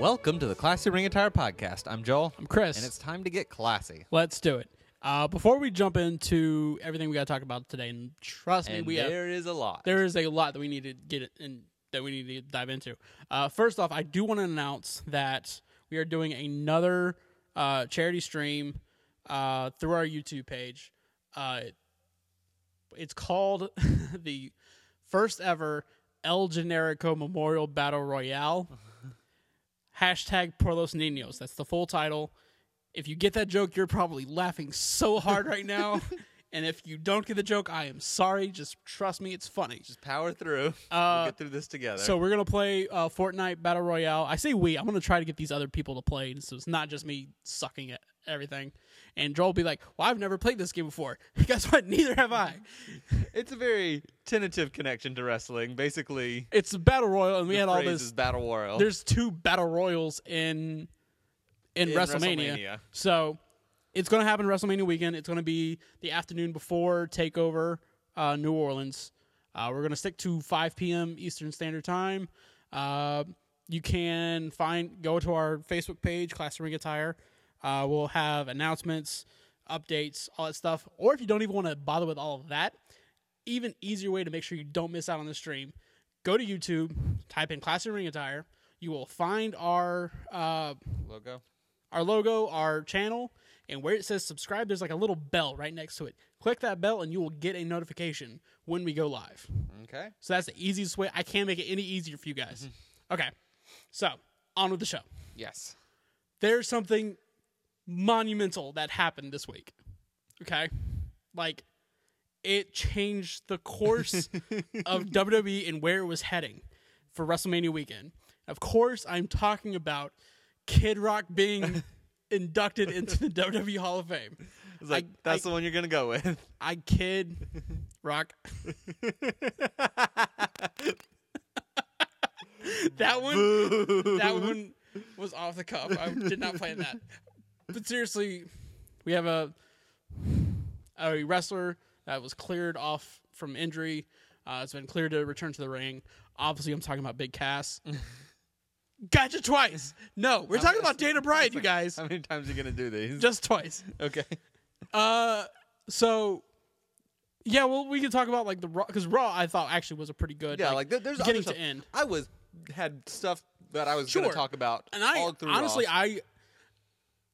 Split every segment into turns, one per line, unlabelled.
Welcome to the Classy Ring Attire Podcast. I'm Joel.
I'm Chris.
And it's time to get classy.
Let's do it. Uh, before we jump into everything we got to talk about today, and trust me,
And
we have,
there is a lot.
there is a lot that we need to get it in that we need to dive into. Uh, first off, I do want to announce that we are doing another uh, charity stream uh, through our YouTube page. Uh, it's called the first ever El Generico Memorial Battle Royale. Hashtag por los niños. That's the full title. If you get that joke, you're probably laughing so hard right now. and if you don't get the joke, I am sorry. Just trust me, it's funny.
Just power through. we'll
Uh,
get through this together.
So we're gonna play uh, Fortnite Battle Royale. I say we. I'm gonna try to get these other people to play, so it's not just me sucking at everything. And Joel will be like, "Well, I've never played this game before. Guess what? Neither have I.
it's a very tentative connection to wrestling. Basically,
It's a battle royal, and we
the
had all
phrase
this.
is battle royal.
There's two battle royals in in,
In
WrestleMania.
WrestleMania.
so it's gonna happen WrestleMania weekend. It's gonna be the afternoon before Takeover uh, New Orleans. Uh, we're gonna stick to 5 p.m. Eastern Standard Time. Uh, you can find go to our Facebook page, Class Ring Attire. Uh, we'll have announcements, updates, all that stuff. Or if you don't even want to bother with all of that, even easier way to make sure you don't miss out on the stream, go to YouTube, type in Class Ring Attire. You will find our uh,
logo.
our logo, our channel, and where it says subscribe, there's like a little bell right next to it. Click that bell and you will get a notification when we go live.
Okay.
So that's the easiest way. I can't make it any easier for you guys. Okay. So, on with the show.
Yes.
There's something monumental that happened this week. Okay? Like it changed the course of WWE and where it was heading for WrestleMania weekend. Of course, I'm talking about Kid Rock being inducted into the WWE Hall of Fame.
It's like, that's the one you're going to go with.
I kid Rock. that one that one was off the cuff. I did not plan that. But seriously, we have a a wrestler that was cleared off from injury. Uh, it's been cleared to return to the ring. Obviously, I'm talking about Big Cass. Gotcha twice. No, we're talking about Dana Bryant, you guys.
How many times are you going to do these?
Just twice.
okay.
Uh, so yeah, well, we can talk about like the raw because raw I thought actually was a pretty good.
Yeah, like, there there's other
beginning
stuff.
to end.
I was had stuff that I was going
Sure.
to talk about
And I
all through
honestly,
Raw.
I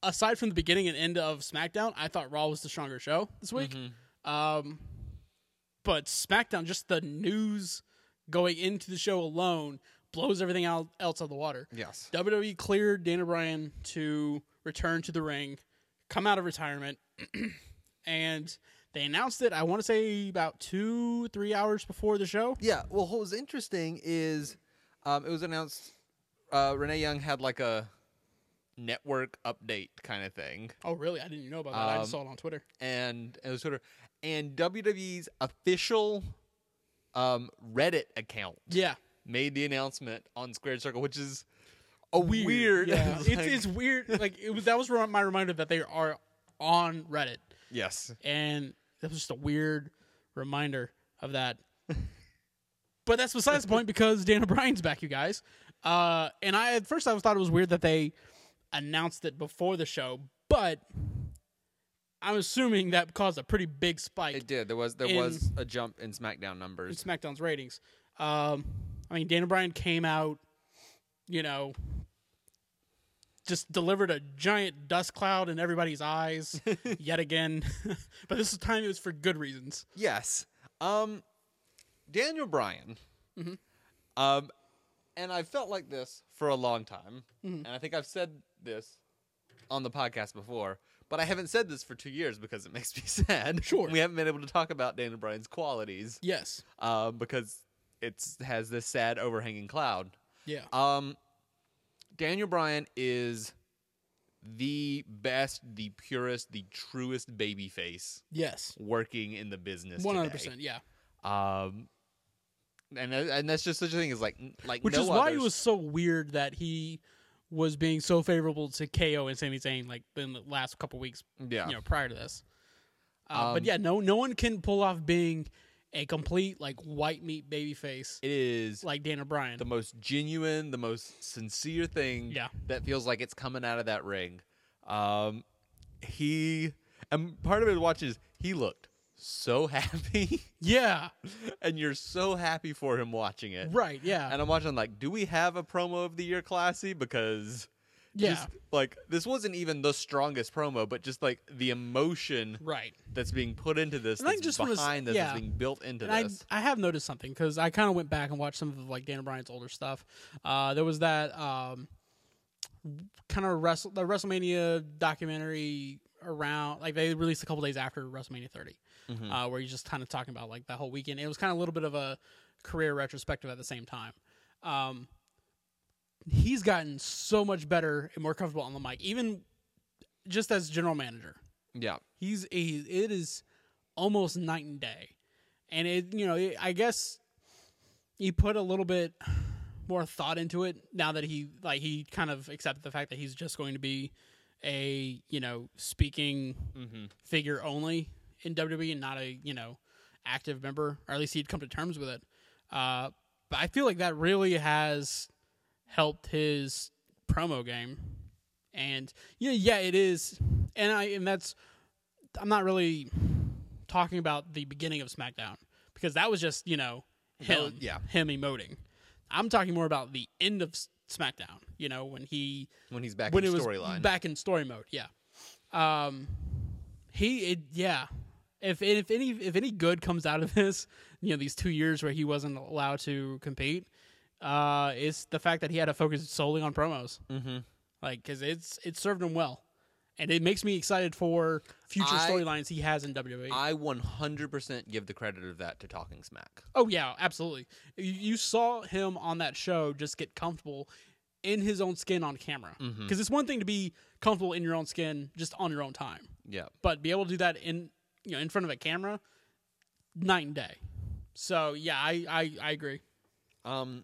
aside from the beginning and end of SmackDown, I thought Raw was the stronger show this week.
Mm-hmm.
Um, but SmackDown, just the news going into the show alone blows everything out else out of the water.
yes.
WWE cleared Dana Bryan to return to the ring, come out of retirement, and they announced it. I want to say about two, three hours before the show.
Yeah. Well, what was interesting is um, it was announced uh, Renee Young had like a network update kind of thing,
Oh, really? I didn't even know about that. I
Um,
just saw it on Twitter.
and it was sort of and WWE's official um, Reddit account
Yeah,
made the announcement on Squared Circle, which is a weird.
weird. Yeah.
it's
it's,
like-
it's weird. Like it was that was my reminder that they are on Reddit,
yes.
and that was just a weird reminder of that. but that's besides the point because Dana Bryan's back, you guys. Uh, and I at first I was thought it was weird that they announced it before the show, but I'm assuming that caused a pretty big spike
It did. There was there
In-
was a jump in SmackDown
in
numbers.
SmackDown's ratings. Um, I mean, Dana Bryan came out, you know, just delivered a giant dust cloud in everybody's eyes yet again. but this time it was for good reasons.
Yes. Um, Daniel Bryan.
Mm-hmm.
Um, and I felt like this for a long time,
Mm-hmm.
and I think I've said this on the podcast before, but I haven't said this for two years because it makes me sad.
Sure.
we haven't been able to talk about Daniel Bryan's qualities
Yes.
uh, because it has this sad overhanging cloud.
Yeah.
Um, Daniel Bryan is the best, the purest, the truest babyface
Yes.
working in the business.
One hundred
today.
percent. Yeah.
Um, and tha- and that's just such a thing is like like
Which
no
is why it
others-
was so weird that he was being so favorable to KO and Sami Zayn like in the last couple weeks
yeah
you know prior to this. Uh,
Um,
but yeah, no, no one can pull off being a complete like white meat baby face
It is
like Dan O'Brien.
the most genuine, the most sincere thing
Yeah.
that feels like it's coming out of that ring. Um, he and part of it watching is he looked so happy,
yeah,
and you're so happy for him watching it.
right. Yeah,
And I'm watching like, do we have a promo of the year, classy? Because
yeah,
just like this wasn't even the strongest promo, but just like the emotion
right.
that's being put into this,
And I
that's
just wanna s-
behind this,
yeah.
that's being built into
And
this.
I, I have noticed something because I kind of went back and watched some of like Dan O'Brien's older stuff. Uh, there was that um, kind of wrestle the WrestleMania documentary around like they released a couple days after WrestleMania 30,
Mm-hmm.
uh, where he's just kind of talking about like that whole weekend. It was kind of a little bit of a career retrospective at the same time. Um, he's gotten so much better and more comfortable on the mic, even just as general manager.
yeah,
He's he, it is almost night and day, and it you know it, I guess he put a little bit more thought into it now that he like he kind of accepted the fact that he's just going to be a you know speaking figure only in WWE and not a you know active member or at least he'd come to terms with it. Uh, but I feel like that really has helped his promo game, and yeah, yeah, it is, and I and that's I'm not really talking about the beginning of SmackDown because that was just you know him,
was- yeah.
him emoting. I'm talking more about the end of S- SmackDown. You know when he
when he's back
when
in
it was
storyline.
back in story mode. Yeah. Um, he it, yeah. If if any if any good comes out of this, you know these two years where he wasn't allowed to compete, uh, is the fact that he had to focus solely on promos. Mm-hmm. Like because it's it served him well, and it makes me excited for future
I-
storylines he has in E. WWE.
I 100% give the credit of that to Talking Smack.
Oh yeah, absolutely. You, you saw him on that show just get comfortable in his own skin on camera. Because
Mm-hmm.
it's one thing to be comfortable in your own skin just on your own time,
Yeah.
but be able to do that in you know in front of a camera, night and day. So yeah, I I, I agree.
Um.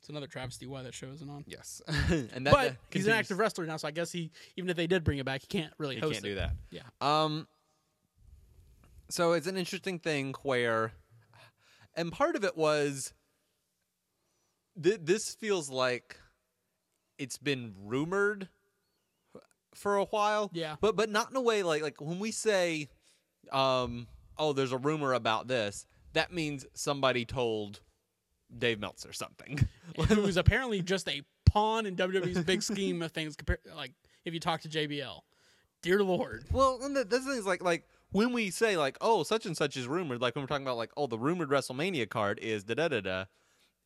It's another travesty why that show isn't on.
Yes. and that,
But
that
he's an
continues-
active wrestler now, so I guess he even if they did bring it back, he can't really
He
host
can't
it.
do that.
Yeah.
Um. So it's an interesting thing where, and part of it was. Th- this feels like, it's been rumored, for a while.
Yeah.
But but not in a way like like when we say, um, oh, there's a rumor about this. That means somebody told Dave Meltzer something.
who was apparently just a pawn in WWE's big scheme of things. Compared, like if you talk to JBL, dear lord,
Well, and the, that's the thing is like like when we say like oh such and such is rumored, like when we're talking about like oh the rumored WrestleMania card is da da da da,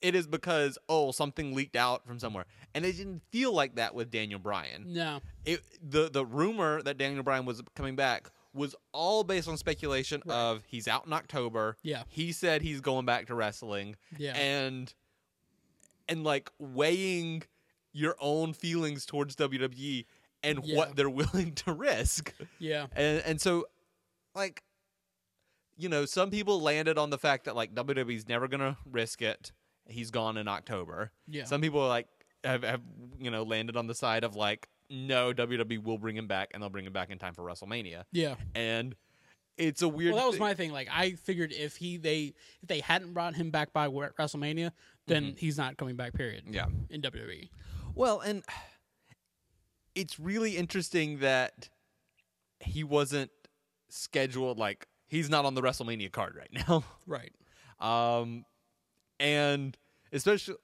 it is because oh something leaked out from somewhere, and it didn't feel like that with Daniel Bryan.
no.
It the the rumor that Daniel Bryan was coming back was all based on speculation of he's out in October.
Yeah.
he said he's going back to wrestling.
Yeah.
and and like weighing your own feelings towards WWE and
Yeah.
what they're willing to risk.
Yeah.
And and so like you know, some people landed on the fact that like WWE's never gonna risk it. He's gone in October.
Yeah.
Some people like have, have you know landed on the side of like no WWE will bring him back and they'll bring him back in time for WrestleMania.
Yeah.
And it's a weird.
Well, that was
thi-
my thing. Like I figured if he they if they hadn't brought him back by Wa- WrestleMania, then
Mm-hmm.
he's not coming back. Period.
Yeah.
In E. WWE.
Well, and it's really interesting that he wasn't scheduled. Like he's not on the WrestleMania card right now.
Right.
Um, and especially,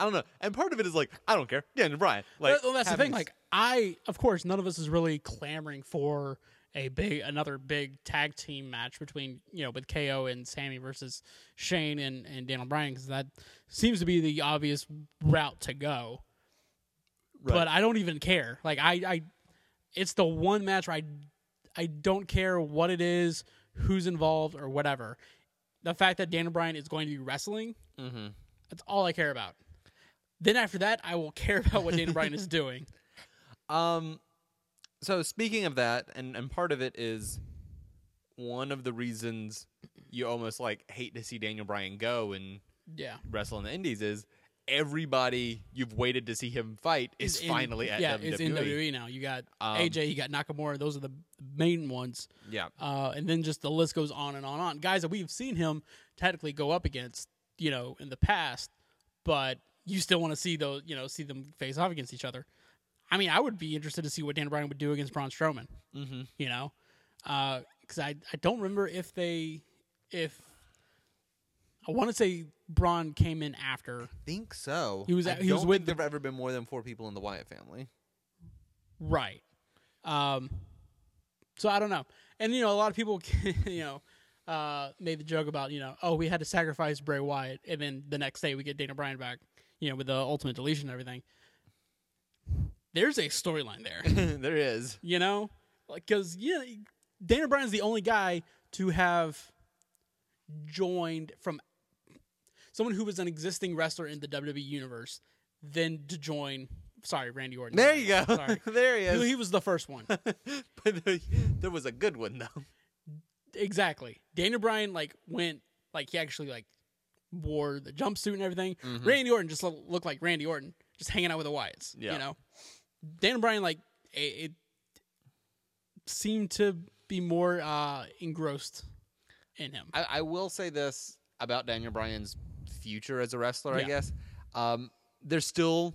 I don't know. And part of it is like, I don't care. Daniel Bryan. Like,
well, that's the
having
thing.
s-
Like I, of course, none of us is really clamoring for a big another big tag team match between you know with KO and Sammy versus Shane and and Daniel Bryan because that seems to be the obvious route to go.
Right.
But I don't even care. Like I, I, it's the one match where I, I don't care what it is, who's involved or whatever. The fact that Daniel Bryan is going to be wrestling
Mm-hmm.
that's all I care about. Then after that, I will care about what Dana Bryan is doing.
um, so speaking of that, and and part of it is one of the reasons you almost like hate to see Daniel Bryan go and
Yeah.
wrestle in the Indies is everybody you've waited to see him fight is
It's in-
finally at
yeah,
WWE.
it's in WWE now. You got
Um,
AJ, you got Nakamura. Those are the main ones.
Yeah.
Uh, and then just the list goes on and on and on. Guys that we've seen him technically go up against, you know, in the past, but you still want to see those, you know, see them face off against each other. I mean, I would be interested to see what Dan Bryan would do against Braun Strowman.
Mm-hmm.
You know, because I I don't remember if they if I want to say Braun came in after
Think so.
He was
I
at- he was
don't
with
think
the-
there've ever been more than four people in the Wyatt family.
Right. Um, so I don't know. And, you know, a lot of people, you know, uh, made the joke about, you know, oh, we had to sacrifice Bray Wyatt. And then the next day we get Dana Bryan back, you know, with the ultimate deletion and everything. There's a storyline there,
there is.
you know? Because, yeah, Dana Bryan's the only guy to have joined from someone who was an existing wrestler in the WWE universe, then to join. Sorry, Randy Orton.
There you go.
Sorry.
there he
He-
is.
He was the first one.
but there- there was a good one though.
exactly. Dana Bryan like went like he actually like wore the jumpsuit and everything.
Mm-hmm.
Randy Orton just lo- looked like Randy Orton just hanging out with the Wyatts.
Yeah.
You know, Dana Bryan like it, it seemed to be more uh engrossed in him.
I, I will say this about Daniel Bryan's future as a wrestler, I
Yeah.
guess. Um, they're still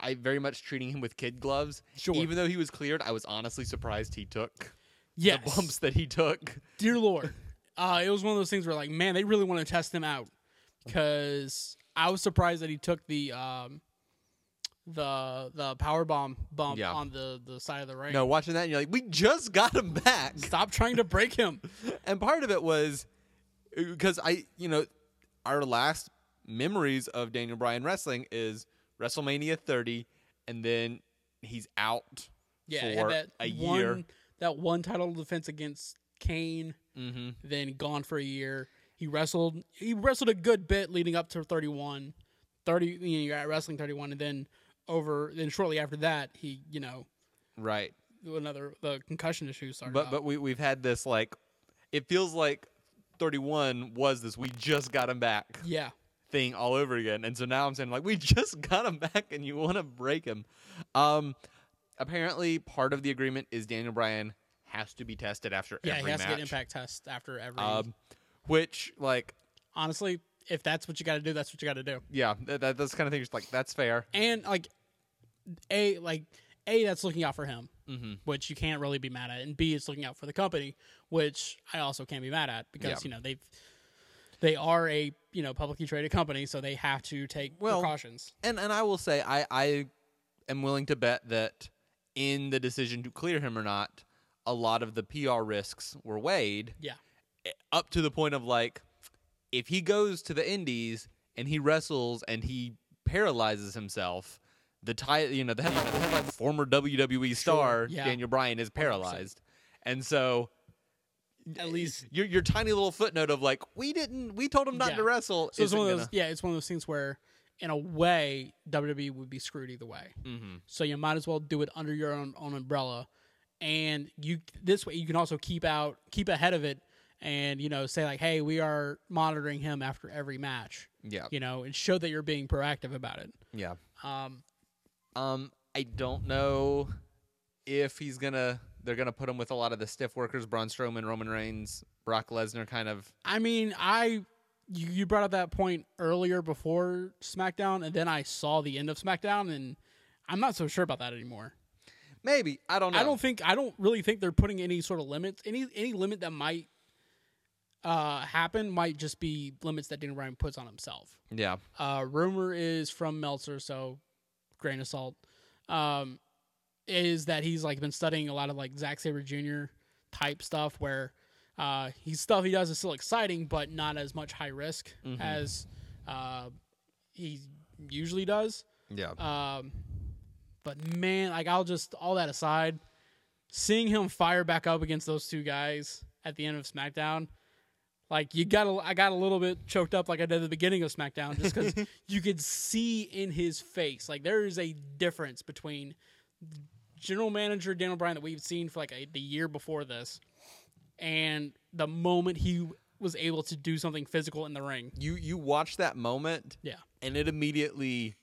I very much treating him with kid gloves.
Sure.
Even though he was cleared, I was honestly surprised he took
yes,
the bumps that he took.
dear lord. Uh, it was one of those things where like man, they really want to test him out because I was surprised that he took the um the the power bomb bump
Yeah.
on the the side of the ring.
No, watching that and you're like, we just got him back.
Stop trying to break him.
And part of it was because I, you know, our last memories of Daniel Bryan wrestling is WrestleMania 30, and then he's out
Yeah, and
for
that
a
one,
year.
That one title defense against Kane,
Mm-hmm.
then gone for a year. He wrestled. He wrestled a good bit leading up to 31, 30. You know, you're at wrestling 31, and then over. Then shortly after that, he you know
Right.
another the concussion issue started.
But
up.
but we we've had this like, it feels like 31 was this we just got him back
yeah,
thing all over again. And so now I'm saying like we just got him back, and you want to break him. Um, apparently part of the agreement is Daniel Bryan has to be tested after
yeah,
every
he has to
match.
get impact tests after every.
um, which like
honestly, if that's what you got to do, that's what you got to do.
yeah that, that those kind of things like that's fair
and like a like a that's looking out for him
Mhm.
which you can't really be mad at and b it's looking out for the company which i also can't be mad at because
Yeah.
you know they've they are a you know publicly traded company so they have to take
Well,
precautions
and and i will say i i am willing to bet that in the decision to clear him or not a lot of the pr risks were weighed eh,
yeah
up to the point of like if he goes to the indies and he wrestles and he paralyzes himself the tie you know the headline, the headline former wwe star
yeah.
daniel bryan is paralyzed and so
at least
your, your tiny little footnote of like we didn't we told him not
Yeah.
to wrestle
so it's
isn't
one of those
gonna-
yeah it's one of those things where in a way wwe would be screwed either way
Mhm.
so you might as well do it under your own, own umbrella and you this way you can also keep out keep ahead of it and you know say like hey we are monitoring him after every match
yeah
you know and show that you're being proactive about it
yeah
um
Um, I don't know if he's gonna. They're gonna put him with a lot of the stiff workers: Braun Strowman, Roman Reigns, Brock Lesnar, kind of.
i mean i you, you brought up that point earlier before smackdown and then i saw the end of smackdown and i'm not so sure about that anymore
Maybe I don't know.
I don't think I don't really think they're putting any sort of limits. Any any limit that might uh, happen might just be limits that Daniel Bryan puts on himself.
Yeah.
Uh, rumor is from Meltzer, so grain of salt. Um, is that he's like been studying a lot of like Zack Saber Jr. type stuff where uh, he's stuff he does is still exciting, but not as much high risk
Mhm.
as uh, he usually does.
Yeah.
Um, but man, like I'll just all that aside, seeing him fire back up against those two guys at the end of SmackDown, like you got, a, I got a little bit choked up like I did at the beginning of SmackDown, just because you could see in his face, like there is a difference between general manager Daniel Bryan that we've seen for like a, the year before this, and the moment he was able to do something physical in the ring.
You you watch that moment
Yeah.
and it immediately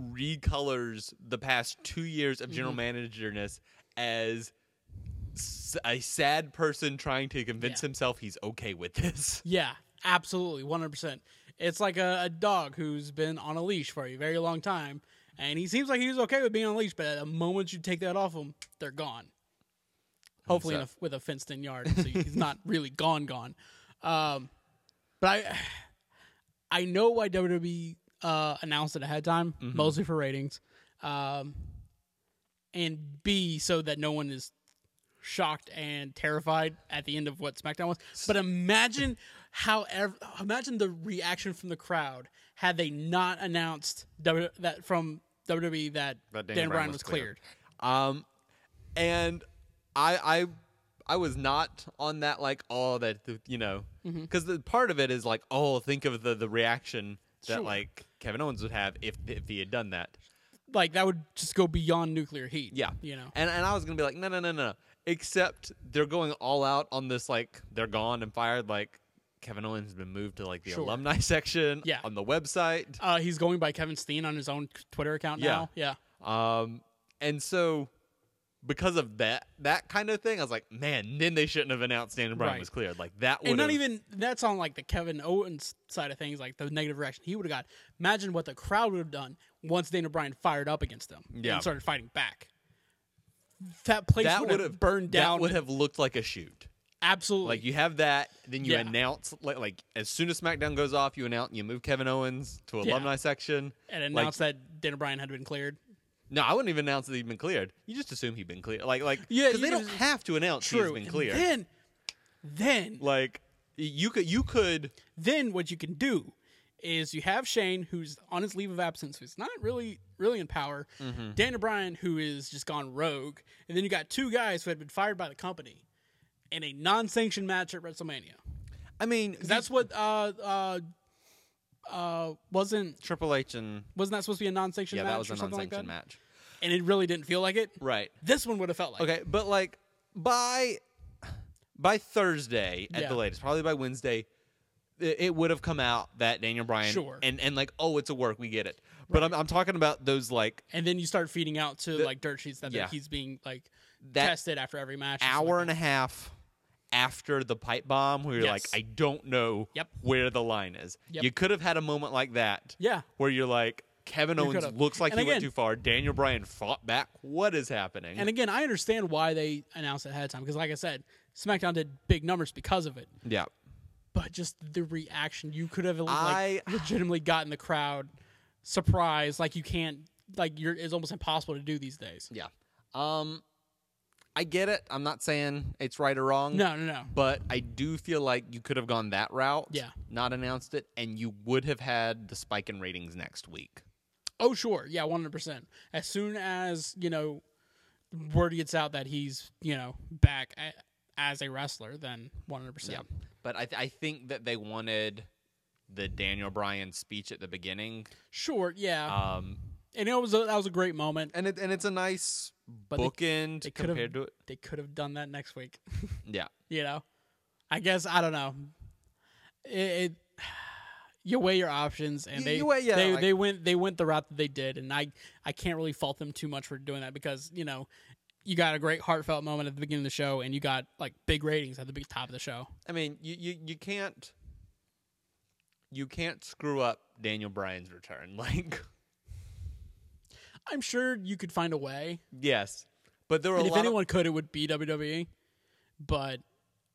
recolors the past two years of
Mm-hmm.
general managerness as s- a sad person trying to convince
Yeah.
himself he's okay with this.
Yeah, absolutely, one hundred percent. It's like a, a dog who's been on a leash for a very long time, and he seems like he was okay with being on a leash, but at the moment you take that off him, they're gone. Hopefully, in a, with a fenced-in yard, so he's not really gone, gone. Um, but I, I know why WWE uh, announced it ahead of time, mostly for ratings, um, and B so that no one is shocked and terrified at the end of what SmackDown was. But imagine how ev- imagine the reaction from the crowd had they not announced w- that from WWE that,
That
Dan, Bryan was cleared.
Um, and I I I was not on that like oh that you know
Mm-hmm.
because the part of it is like oh think of the the reaction that
Sure.
like Kevin Owens would have if if he had done that.
Like that would just go beyond nuclear heat.
Yeah.
you know.
And and I was gonna be like, no, no, no, no. Except they're going all out on this like they're gone and fired. Like Kevin Owens has been moved to like the
Sure.
alumni section
Yeah.
on the website.
Uh, he's going by Kevin Steen on his own Twitter account
Yeah.
now. Yeah.
Um, and so because of that that kind of thing, I was like, man, then they shouldn't have announced Dan and Bryan
Right.
was cleared. Like that would
and not even that's on like the Kevin Owens side of things, like the negative reaction he would have got. Imagine what the crowd would have done once Dana Bryan fired up against them
Yeah.
and started fighting back. That place
that
would have burned down.
That would have looked like a shoot.
absolutely
Like you have that, then you
Yeah.
announce like, like as soon as SmackDown goes off, you announce you move Kevin Owens to alumni section.
and
like,
announced that Dana Bryan had been cleared.
No, I wouldn't even announce that he'd been cleared. You just assume he'd been cleared. Like, like,
Yeah,
because
you
they don't
just-
have to announce he's been
And
cleared.
Then, then,
like, you could, you could,
then what you can do is you have Shane, who's on his leave of absence, who's not really really in power.
Mm-hmm.
Dana Bryan, who is just gone rogue, and then you got two guys who had been fired by the company in a non-sanctioned match at WrestleMania.
I mean,
That's what uh uh uh wasn't
Triple H and
wasn't that supposed to be a non-sanctioned
yeah,
match
that was
or
a
something
non-sanctioned
like that?
match,
And it really didn't feel like it.
right?
This one would have felt like it.
Okay, but like by by Thursday at
Yeah.
the latest, probably by Wednesday, it, it would have come out that Daniel Bryan,
Sure.
and and like, oh, it's a work, we get it. But I'm I'm talking about those like
And then you start feeding out to like dirt sheets that
yeah.
he's being like
That
tested after every match. or something
hour
like
and a half after the pipe bomb where you're
Yes.
like, I don't know
Yep.
where the line is.
Yep.
You could have had a moment like that
Yeah.
where you're like, Kevin Owens
could've.
looks like
And
he went
again-
too far. Daniel Bryan fought back. What is happening?
And again, I understand why they announced it ahead of time because, like I said, SmackDown did big numbers because of it.
yeah.
But just the reaction, you could have like
I-
legitimately gotten the crowd surprised, like you can't, like you're. It's almost impossible to do these days.
Yeah. Um I get it. I'm not saying it's right or wrong.
No, no, no.
But I do feel like you could have gone that route.
Yeah.
Not announced it, and you would have had the spike in ratings next week.
Oh, sure, yeah, one hundred percent. As soon as you know, word gets out that he's you know back a as a wrestler, then one hundred
Yeah,
percent.
but I, th- I think that they wanted the Daniel Bryan speech at the beginning,
Sure, yeah,
um,
and it was a, that was a great moment.
and it and it's a nice
But they-
bookend
they could've-
compared to it.
They could have done that next week.
Yeah,
you know i guess i don't know it, it you weigh your options and
You-
they
you weigh- yeah,
they,
like-
they went they went the route that they did and i i can't really fault them too much for doing that because you know you got a great heartfelt moment at the beginning of the show and you got like big ratings at the big top of the show
I mean you you, you can't you can't screw up Daniel Bryan's return. Like
i'm sure you could find a way
yes, but there were
and
a
if
lot
anyone
of,
could it would be wwe but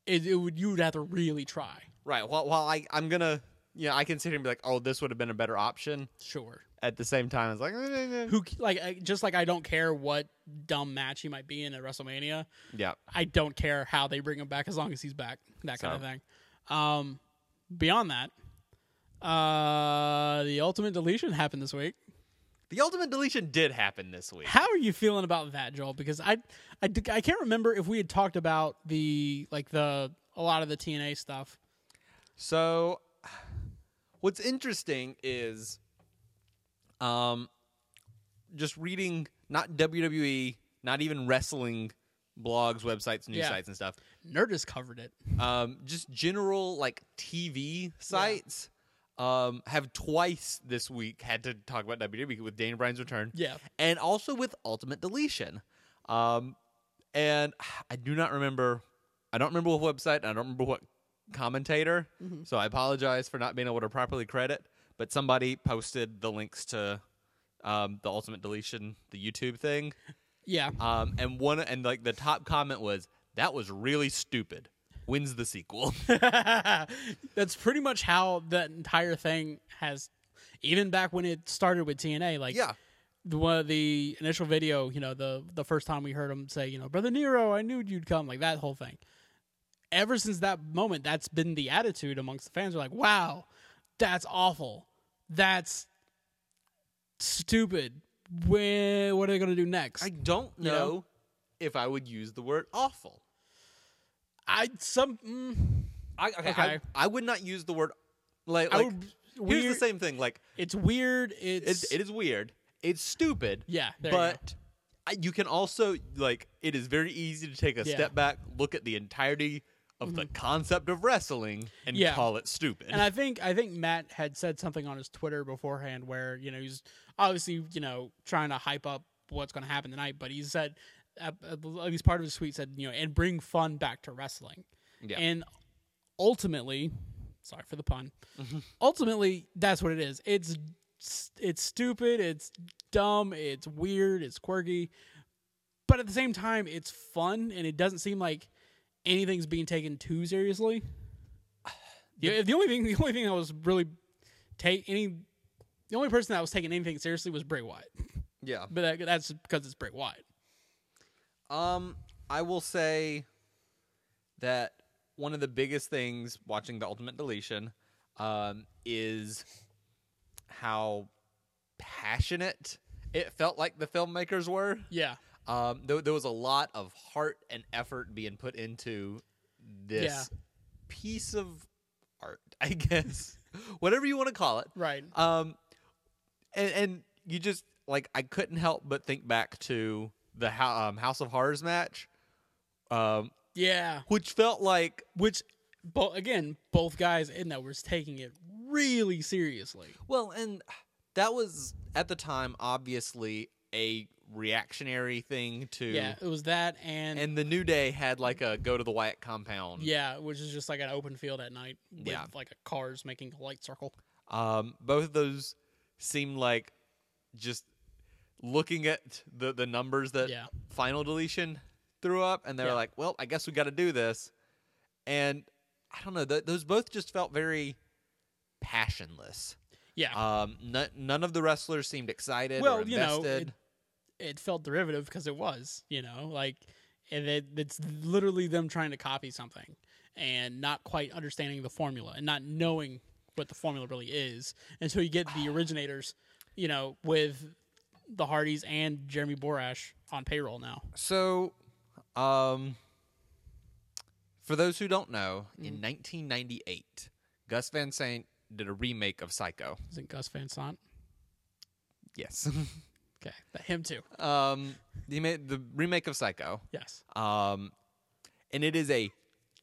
it, it would you would have to really try
right. While while I I'm gonna you know I can sit here and be like oh this would have been a better option.
sure
At the same time, I was like eh, eh, eh.
who like I- just like i don't care what dumb match he might be in at wrestlemania
yeah
I don't care how they bring him back as long as he's back. That kind of
So-
thing. Um, beyond that, uh, the ultimate deletion happened this week.
the ultimate deletion did happen this week.
How are you feeling about that, Joel? Because I, I, d- I can't remember if we had talked about the like the a lot of the TNA stuff.
So, what's interesting is, um, just reading not WWE, not even E, wrestling blogs, websites, news
Yeah.
sites, and stuff.
Nerdist covered it.
Um, just general like TV sites um, have twice this week had to talk about WWE with Daniel Bryan's return.
Yeah.
and also with Ultimate Deletion. Um, and I do not remember. I don't remember what website. and I don't remember what commentator. So I apologize for not being able to properly credit. But somebody posted the links to um, the Ultimate Deletion, the YouTube thing.
Yeah.
Um, and one and like the top comment was that was really stupid. When's the sequel?
That's pretty much how that entire thing has, even back when it started with TNA. Like,
Yeah.
the, one of the initial video, you know, the the first time we heard him say, you know, brother Nero, I knew you'd come, like that whole thing. Ever since that moment, that's been the attitude amongst the fans. Are like, wow, that's awful. That's stupid. Where, what are they going to do next?
I don't know,
know?
if I would use the word awful.
I some mm,
I, okay, I,
Okay.
I would not use the word like.
I
like
would-
here's
weird-
the same thing. Like
it's weird.
it,
It's
it is weird. It's stupid.
yeah, there you go.
but I, you can also like it is very easy to take a
Yeah.
step back, look at the entirety of the concept of wrestling, and
Yeah.
call it stupid.
And I think I think Matt had said something on his Twitter beforehand where you know he's obviously you know trying to hype up what's going to happen tonight, but he said at at least part of his tweet said you know and bring fun back to wrestling.
Yeah.
And ultimately, sorry for the pun. ultimately, that's what it is. It's it's stupid. It's dumb. It's weird. It's quirky. But at the same time, it's fun, and it doesn't seem like anything's being taken too seriously. The, the only thing, the only thing that was really take any, the only person that was taking anything seriously was Bray Wyatt.
yeah.
But that, that's because it's Bray Wyatt.
Um, I will say that one of the biggest things watching the Ultimate Deletion um, is how passionate it felt like the filmmakers were.
Yeah,
Um, there, there was a lot of heart and effort being put into this
Yeah.
piece of art, I guess, whatever you want to call it.
right.
Um, and, and you just like I couldn't help but think back to the Ho- um, House of Horrors match, um,
Yeah,
which felt like
which, bo- again, both guys in that were taking it really seriously.
well, and that was at the time obviously a reactionary thing to,
Yeah, it was that and,
and the New Day had like a go to the Wyatt compound,
yeah, which is just like an open field at night with
Yeah.
like a cars making a light circle.
Um, both of those seem like just looking at the the numbers that
Yeah.
final deletion threw up, and they were
Yeah.
like, "Well, I guess we got to do this." And I don't know; th- those both just felt very passionless.
Yeah.
Um, n- none of the wrestlers seemed excited or
well, you know,
invested.
it, it felt derivative because it was, you know, like and it, it's literally them trying to copy something and not quite understanding the formula and not knowing what the formula really is. And so you get the originators, you know, with the Hardys and Jeremy Borash on payroll now.
so, um, for those who don't know,
Mm.
in 1998, Gus Van Sant did a remake of Psycho.
Isn't Gus Van Sant?
Yes.
Okay, but him too.
um he made the remake of psycho
Yes.
um and it is a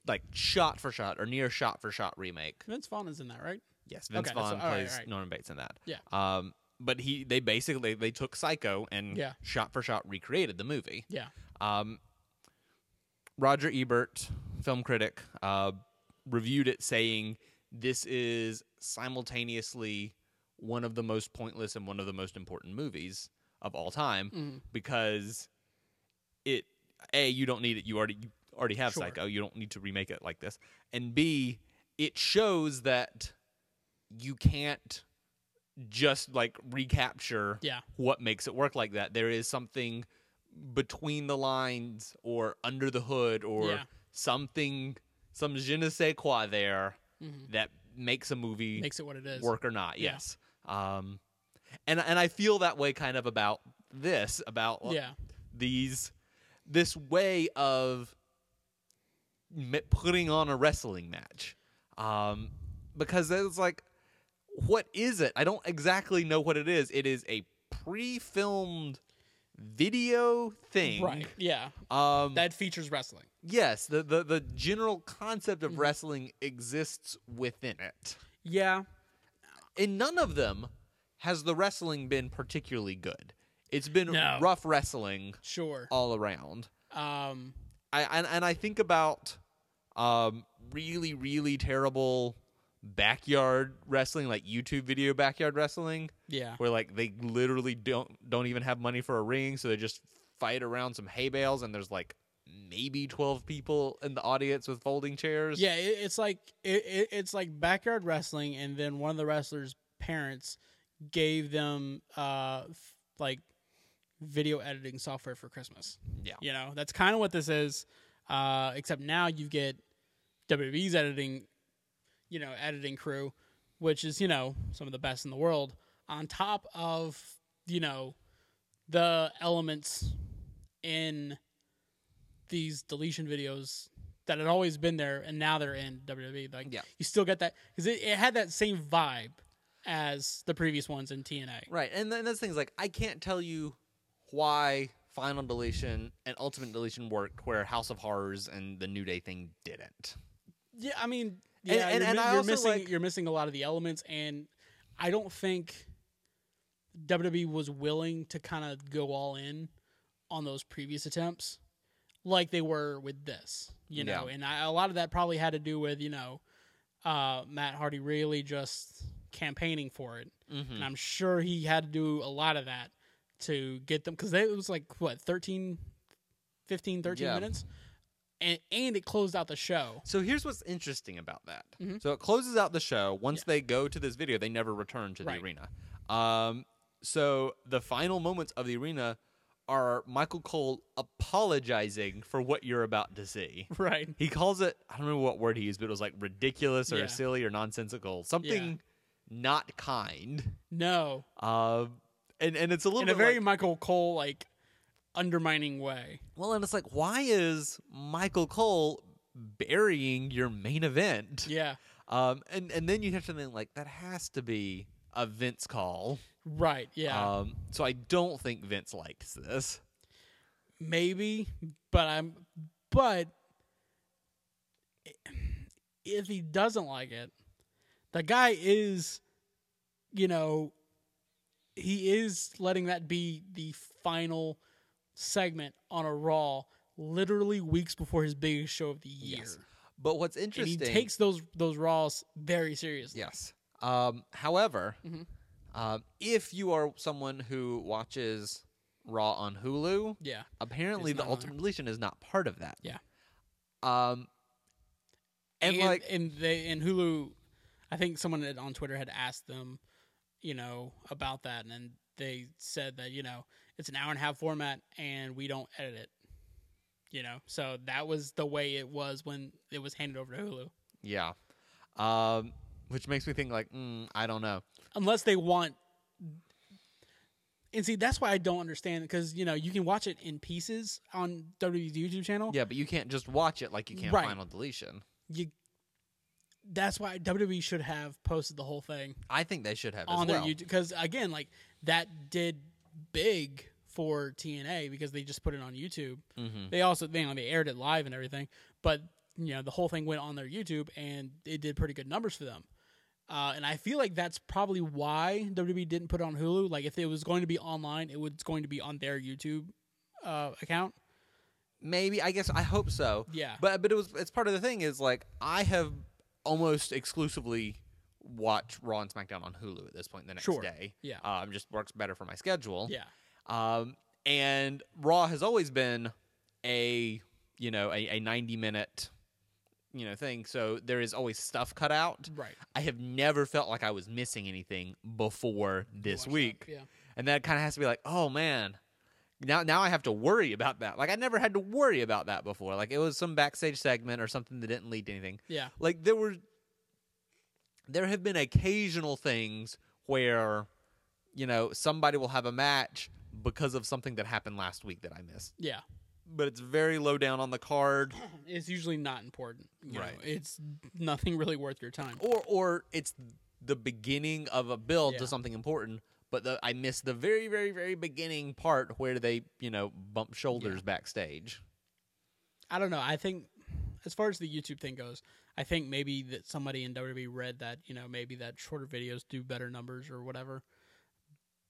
like shot for shot or near shot for shot remake
Vince Vaughn is in that, right?
yes vince
Okay, so-
vaughn
all right,
plays
all right.
norman bates in that
Yeah.
um but he they basically they took psycho and
Yeah.
shot for shot recreated the movie
Yeah.
um roger ebert film critic uh reviewed it saying this is simultaneously one of the most pointless and one of the most important movies of all time
Mhm.
because it a you don't need it you already you already have
Sure.
psycho you don't need to remake it like this and b it shows that you can't just like recapture
Yeah.
what makes it work like that there is something between the lines or under the hood or
Yeah.
something some je ne sais quoi there
Mhm.
that makes a movie
Makes it what it is.
work or not.
Yeah.
Yes. Um, and and I feel that way kind of about this about
Yeah.
these this way of m- putting on a wrestling match um, because it's like what is it? I don't exactly know what it is. It is a pre-filmed video thing.
Right. Yeah.
Um,
That features wrestling.
yes, the, the, the general concept
Mm-hmm.
of wrestling exists within it.
Yeah.
In none of them has the wrestling been particularly good. It's been
No.
rough wrestling
Sure.
all around.
Um.
I and, and I think about um, really really terrible backyard wrestling, like YouTube video backyard wrestling,
Yeah.
where like they literally don't don't even have money for a ring, so they just fight around some hay bales, and there's like maybe twelve people in the audience with folding chairs.
Yeah. It, it's like it, it, It's like backyard wrestling, and then one of the wrestlers' parents gave them uh f- like video editing software for Christmas.
Yeah.
You know, that's kind of what this is. Uh, except now you get WWE's editing, you know, editing crew, which is you know some of the best in the world. On top of you know the elements in these deletion videos that had always been there, and now they're in WWE. Like,
Yeah.
you still get that because it, it had that same vibe as the previous ones in TNA.
Right, and then that's things like I can't tell you why Final Deletion and Ultimate Deletion worked, where House of Horrors and the New Day thing didn't.
Yeah, I mean, yeah,
and-
you're,
and
mi-
I
you're
also
missing
like-
you're missing a lot of the elements, and I don't think WWE was willing to kind of go all in on those previous attempts, like they were with this, you know.
Yeah.
And I, a lot of that probably had to do with you know uh, Matt Hardy really just campaigning for it,
Hmm.
and I'm sure he had to do a lot of that to get them because it was like what 13, 15, 13
Yeah.
minutes. And, and it closed out the show.
So here's what's interesting about that.
Mhm.
So it closes out the show. Once they go to this video, they never return to the
Right.
arena. Um, so the final moments of the arena are Michael Cole apologizing for what you're about to see.
Right.
He calls it, I don't remember what word he used, but it was like ridiculous or
Yeah.
silly or nonsensical, something not kind.
No,
Uh, and, and it's a little
in
bit
a very
like-
Michael Cole like undermining way.
well, and it's like, why is Michael Cole burying your main event?
Yeah,
Um, and and then you have to think like that has to be a Vince call.
right. Yeah,
Um, so I don't think Vince likes this.
maybe, but I'm, but if he doesn't like it, the guy is, you know, he is letting that be the final segment on a Raw, literally weeks before his biggest show of the year.
Yes. But what's
And he
interesting?
takes those those Raws very seriously.
yes. Um, however,
Mhm.
um, if you are someone who watches Raw on Hulu,
Yeah.
apparently
It's
the
not on
Ultimate Deletion is not part of that.
Yeah.
Um, and, like
and they and Hulu, I think someone had- on Twitter had asked them, you know, about that, and then they said that you know it's an hour and a half format, and we don't edit it. You know, so that was the way it was when it was handed over to Hulu.
yeah, um, which makes me think like mm, I don't know.
Unless they want, and see that's why I don't understand because you know you can watch it in pieces on WWE's YouTube channel.
Yeah, but you can't just watch it like you can
Oh. Right.
Final Deletion.
You, that's why WWE should have posted the whole thing
I think they should have
on
as
their
well.
YouTube because again, like that did big for TNA because they just put it on YouTube.
mm-hmm.
They also they, you know, they aired it live and everything, but you know the whole thing went on their YouTube and it did pretty good numbers for them. Uh, and I feel like that's probably why WWE didn't put it on Hulu. Like if it was going to be online, it was going to be on their YouTube uh, account.
Maybe I guess I hope so.
Yeah.
But but it was it's part of the thing is like I have almost exclusively watched Raw and SmackDown on Hulu at this point the next
Sure.
day.
Yeah.
Um, just works better for my schedule.
Yeah,
Um, and Raw has always been a you know a, a ninety minute you know thing, so there is always stuff cut out.
right.
I have never felt like I was missing anything before this
Watch that.
week.
Yeah.
And that kind of has to be like, oh man, now now I have to worry about that. Like I never had to worry about that before. Like it was some backstage segment or something that didn't lead to anything.
Yeah.
Like there were there have been occasional things where you know somebody will have a match because of something that happened last week that I missed.
Yeah.
But it's very low down on the card
It's usually not important. You
Right.
Know, it's nothing really worth your time.
or or it's the beginning of a build
Yeah.
to something important, but the, I missed the very, very, very beginning part where they, you know, bump shoulders backstage.
I don't know. I think as far as the YouTube thing goes, I think maybe that somebody in WWE read that you know maybe that shorter videos do better numbers or whatever.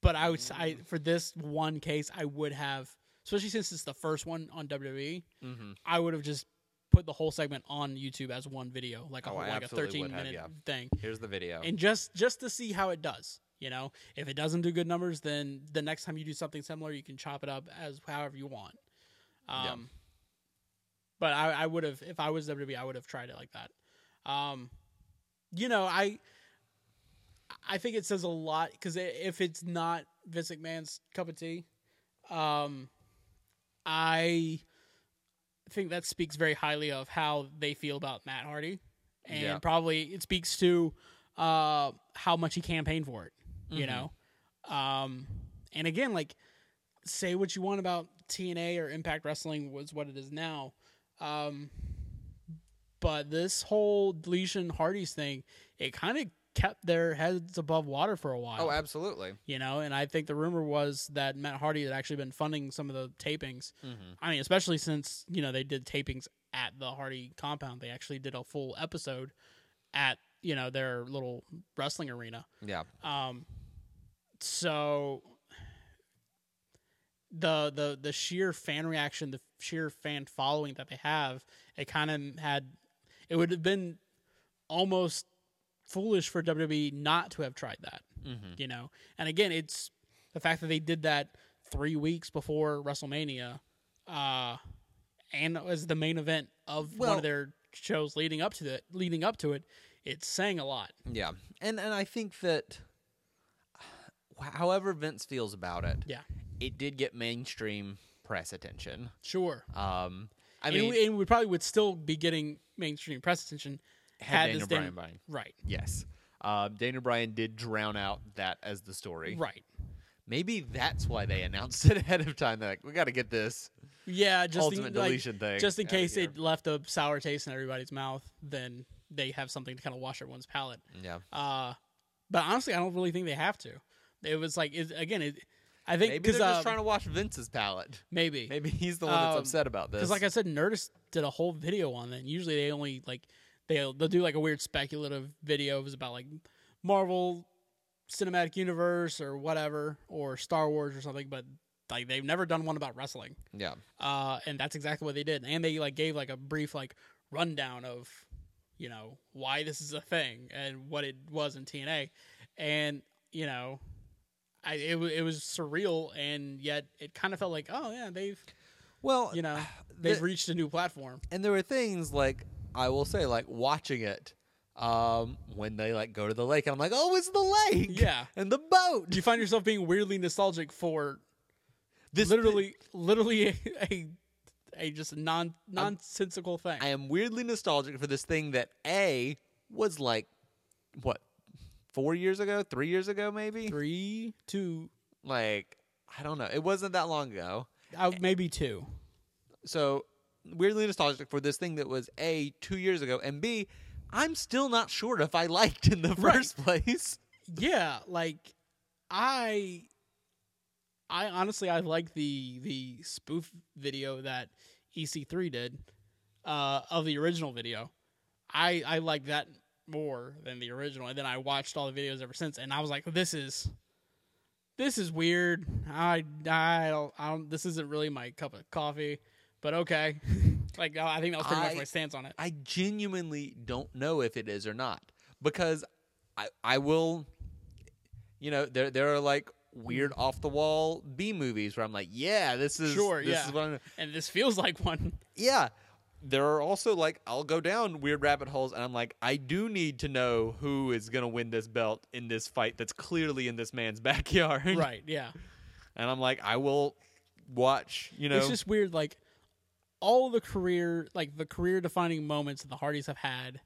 But I would s- I
Mm.
for this one case I would have especially since it's the first one on WWE
Mm-hmm.
I would have just put the whole segment on YouTube as one video like a
Oh,
whole,
I
like a
absolutely
thirteen
would have,
minute
yeah.
thing
Here's the video.
and just just to see how it does. You know, if it doesn't do good numbers, then the next time you do something similar, you can chop it up as however you want. Um,
Yeah.
But I, I would have, if I was WWE, I would have tried it like that. Um, you know, I I think it says a lot because if it's not Vince McMahon's cup of tea, um, I think that speaks very highly of how they feel about Matt Hardy, and
Yeah.
probably it speaks to uh, how much he campaigned for it. You
Mhm.
know, um, and again, like say what you want about TNA or Impact Wrestling was what it is now. Um, but this whole deletion Hardy's thing, it kind of kept their heads above water for a while.
oh, absolutely.
you know, and I think the rumor was that Matt Hardy had actually been funding some of the tapings.
Mm-hmm.
I mean, especially since, you know, they did tapings at the Hardy compound. They actually did a full episode at, you know, their little wrestling arena.
Yeah.
Um, so the the the sheer fan reaction, the sheer fan following that they have, it kind of had it would have been almost foolish for WWE not to have tried that,
Mm-hmm.
you know. And again, it's the fact that they did that three weeks before WrestleMania, uh, and as the main event of one
Well-
of their shows leading up to it, leading up to it, it's saying a lot.
Yeah, and and I think that wh- however Vince feels about it,
Yeah.
it did get mainstream press attention.
Sure.
Um, I
and,
mean,
we, and we probably would still be getting mainstream press attention
had
had this
Daniel Bryan
thing-
buying.
Right,
Yes, uh, Daniel Bryan did drown out that as the story.
right.
Maybe that's why they announced it ahead of time. They're like, we got to get this
Yeah, just
ultimate
in, like,
deletion thing,
just in
outta
case
here.
it left a sour taste in everybody's mouth, then they have something to kind of wash everyone's palate.
Yeah,
Uh, but honestly, I don't really think they have to. It was like it, again, it, I think
maybe they're
because
just trying to wash Vince's palate.
maybe
Maybe he's the one that's
Um,
upset about this.
because like I said, Nerdist did a whole video on that. And usually they only like they'll they'll do like a weird speculative video is about like Marvel Cinematic Universe or whatever or Star Wars or something, but like they've never done one about wrestling.
yeah,
Uh, and that's exactly what they did. And they like gave like a brief like rundown of you know why this is a thing and what it was in TNA, and you know. I, it, wa- it was surreal and yet it kind of felt like oh yeah they've
well,
you know
the-
they've reached a new platform
and there were things like I will say, like watching it um, when they like go to the lake, and I'm like, oh, it's the lake,
Yeah.
and the boat.
you find yourself being weirdly nostalgic for
This
literally literally a, a, a just non nonsensical thing
I am weirdly nostalgic for this thing that a was like what four years ago, three years ago, maybe.
three two
Like I don't know, it wasn't that long ago.
uh, maybe two
So weirdly nostalgic for this thing that was a two years ago, and b I'm still not sure if I liked in the
Right.
first place.
yeah like i i honestly i like the the spoof video that ec3 did uh of the original video i i like that more than the original and then i watched all the videos ever since and i was like this is this is weird i i don't, I don't this isn't really my cup of coffee but okay like i think that was pretty
I-
much my stance on it
I genuinely don't know if it is or not because I I will you know there there are like weird
Mm.
off the wall B movies where I'm like yeah this is
Sure,
this
yeah.
is what I'm
and this feels like one
yeah there are also like I'll go down weird rabbit holes and I'm like I do need to know who is going to win this belt in this fight that's clearly in this man's backyard
right yeah
and I'm like I will watch you know
It's just weird, like all the career, like the career defining moments that the Hardys have had.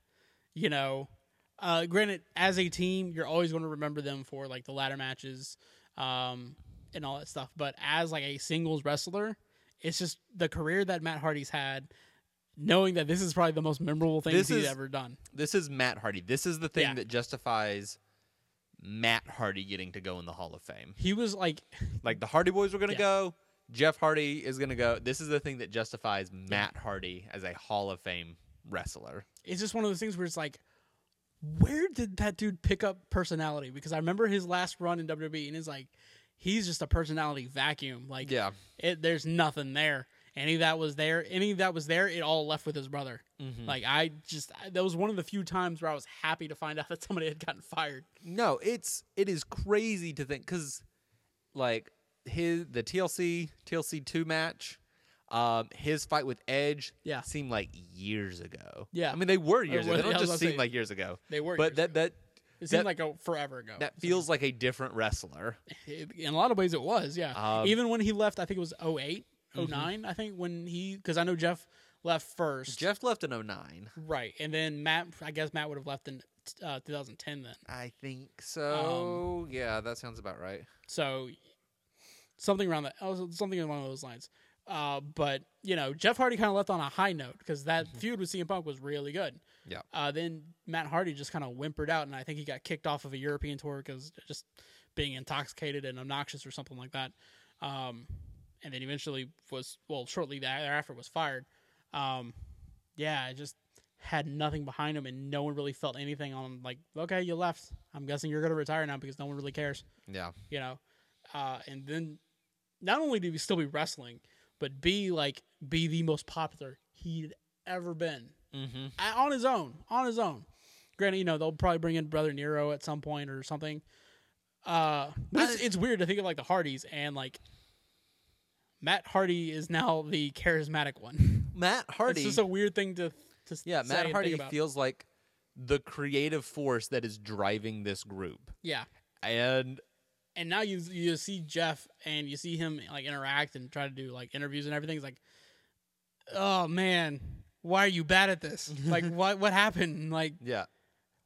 You know, uh, granted, as a team, you're always going to remember them for like the ladder matches um, and all that stuff. But as like a singles wrestler, it's just the career that Matt Hardy's had. Knowing that this is probably the most memorable thing
This
he's
is-
ever done.
this is Matt Hardy this is the thing
Yeah.
that justifies Matt Hardy getting to go in the Hall of Fame.
He was like,
Like the Hardy Boys were going to
Yeah.
go. Jeff Hardy is going to go. This is the thing that justifies Matt Hardy as a Hall of Fame wrestler.
it's just one of those things where it's like, where did that dude pick up personality? Because I remember his last run in WWE, and it's like, he's just a personality vacuum. Like,
Yeah.
it, there's nothing there. Any that was there, any that was there, it all left with his brother.
Mm-hmm.
Like I just, I, that was one of the few times where I was happy to find out that somebody had gotten fired.
No, it's it is crazy to think because, like his the TLC TLC two match, um, his fight with Edge,
Yeah.
seemed like years ago.
Yeah.
I mean they were years
were-
ago. They don't
I was
just
about to
seem
say,
like years ago.
They were,
But
years
that
ago.
that
it seemed
that-
like a forever ago.
that feels like a different wrestler.
It- in a lot of ways, it was. Yeah,
Um, mm-hmm.
even when he left, I think it was 08, 09, I think when he because I know Jeff left first,
Jeff left in 09.
right, and then Matt. I guess Matt would have left in uh, 2010 then.
I think
Um,
so. yeah, that sounds about right.
So something around that, oh, something along those lines. Uh, but you know, Jeff Hardy kind of left on a high note because that feud with CM Punk was really good.
Yeah.
Uh, then Matt Hardy just kind of whimpered out, and I think he got kicked off of a European tour because just being intoxicated and obnoxious or something like that. Um, and then eventually was well, shortly thereafter was fired. Um, yeah, it just had nothing behind him, and no one really felt anything on like, okay, you left. I'm guessing you're gonna retire now because no one really cares
Yeah.
you know uh, and then not only did he still be wrestling but be like be the most popular he'd ever been
Mm-hmm.
A- on his own on his own granted you know they'll probably bring in brother nero at some point or something uh but it's, it's weird to think of like the hardys and like matt hardy is now the charismatic one
Matt Hardy.
it's just a weird thing to, to
yeah,
say and
Matt
think
Hardy
about.
feels like the creative force that is driving this group.
yeah
And
and now you you see Jeff and you see him like interact and try to do like interviews and everything. It's like, oh man, why are you bad at this? Like, what what happened? Like,
yeah.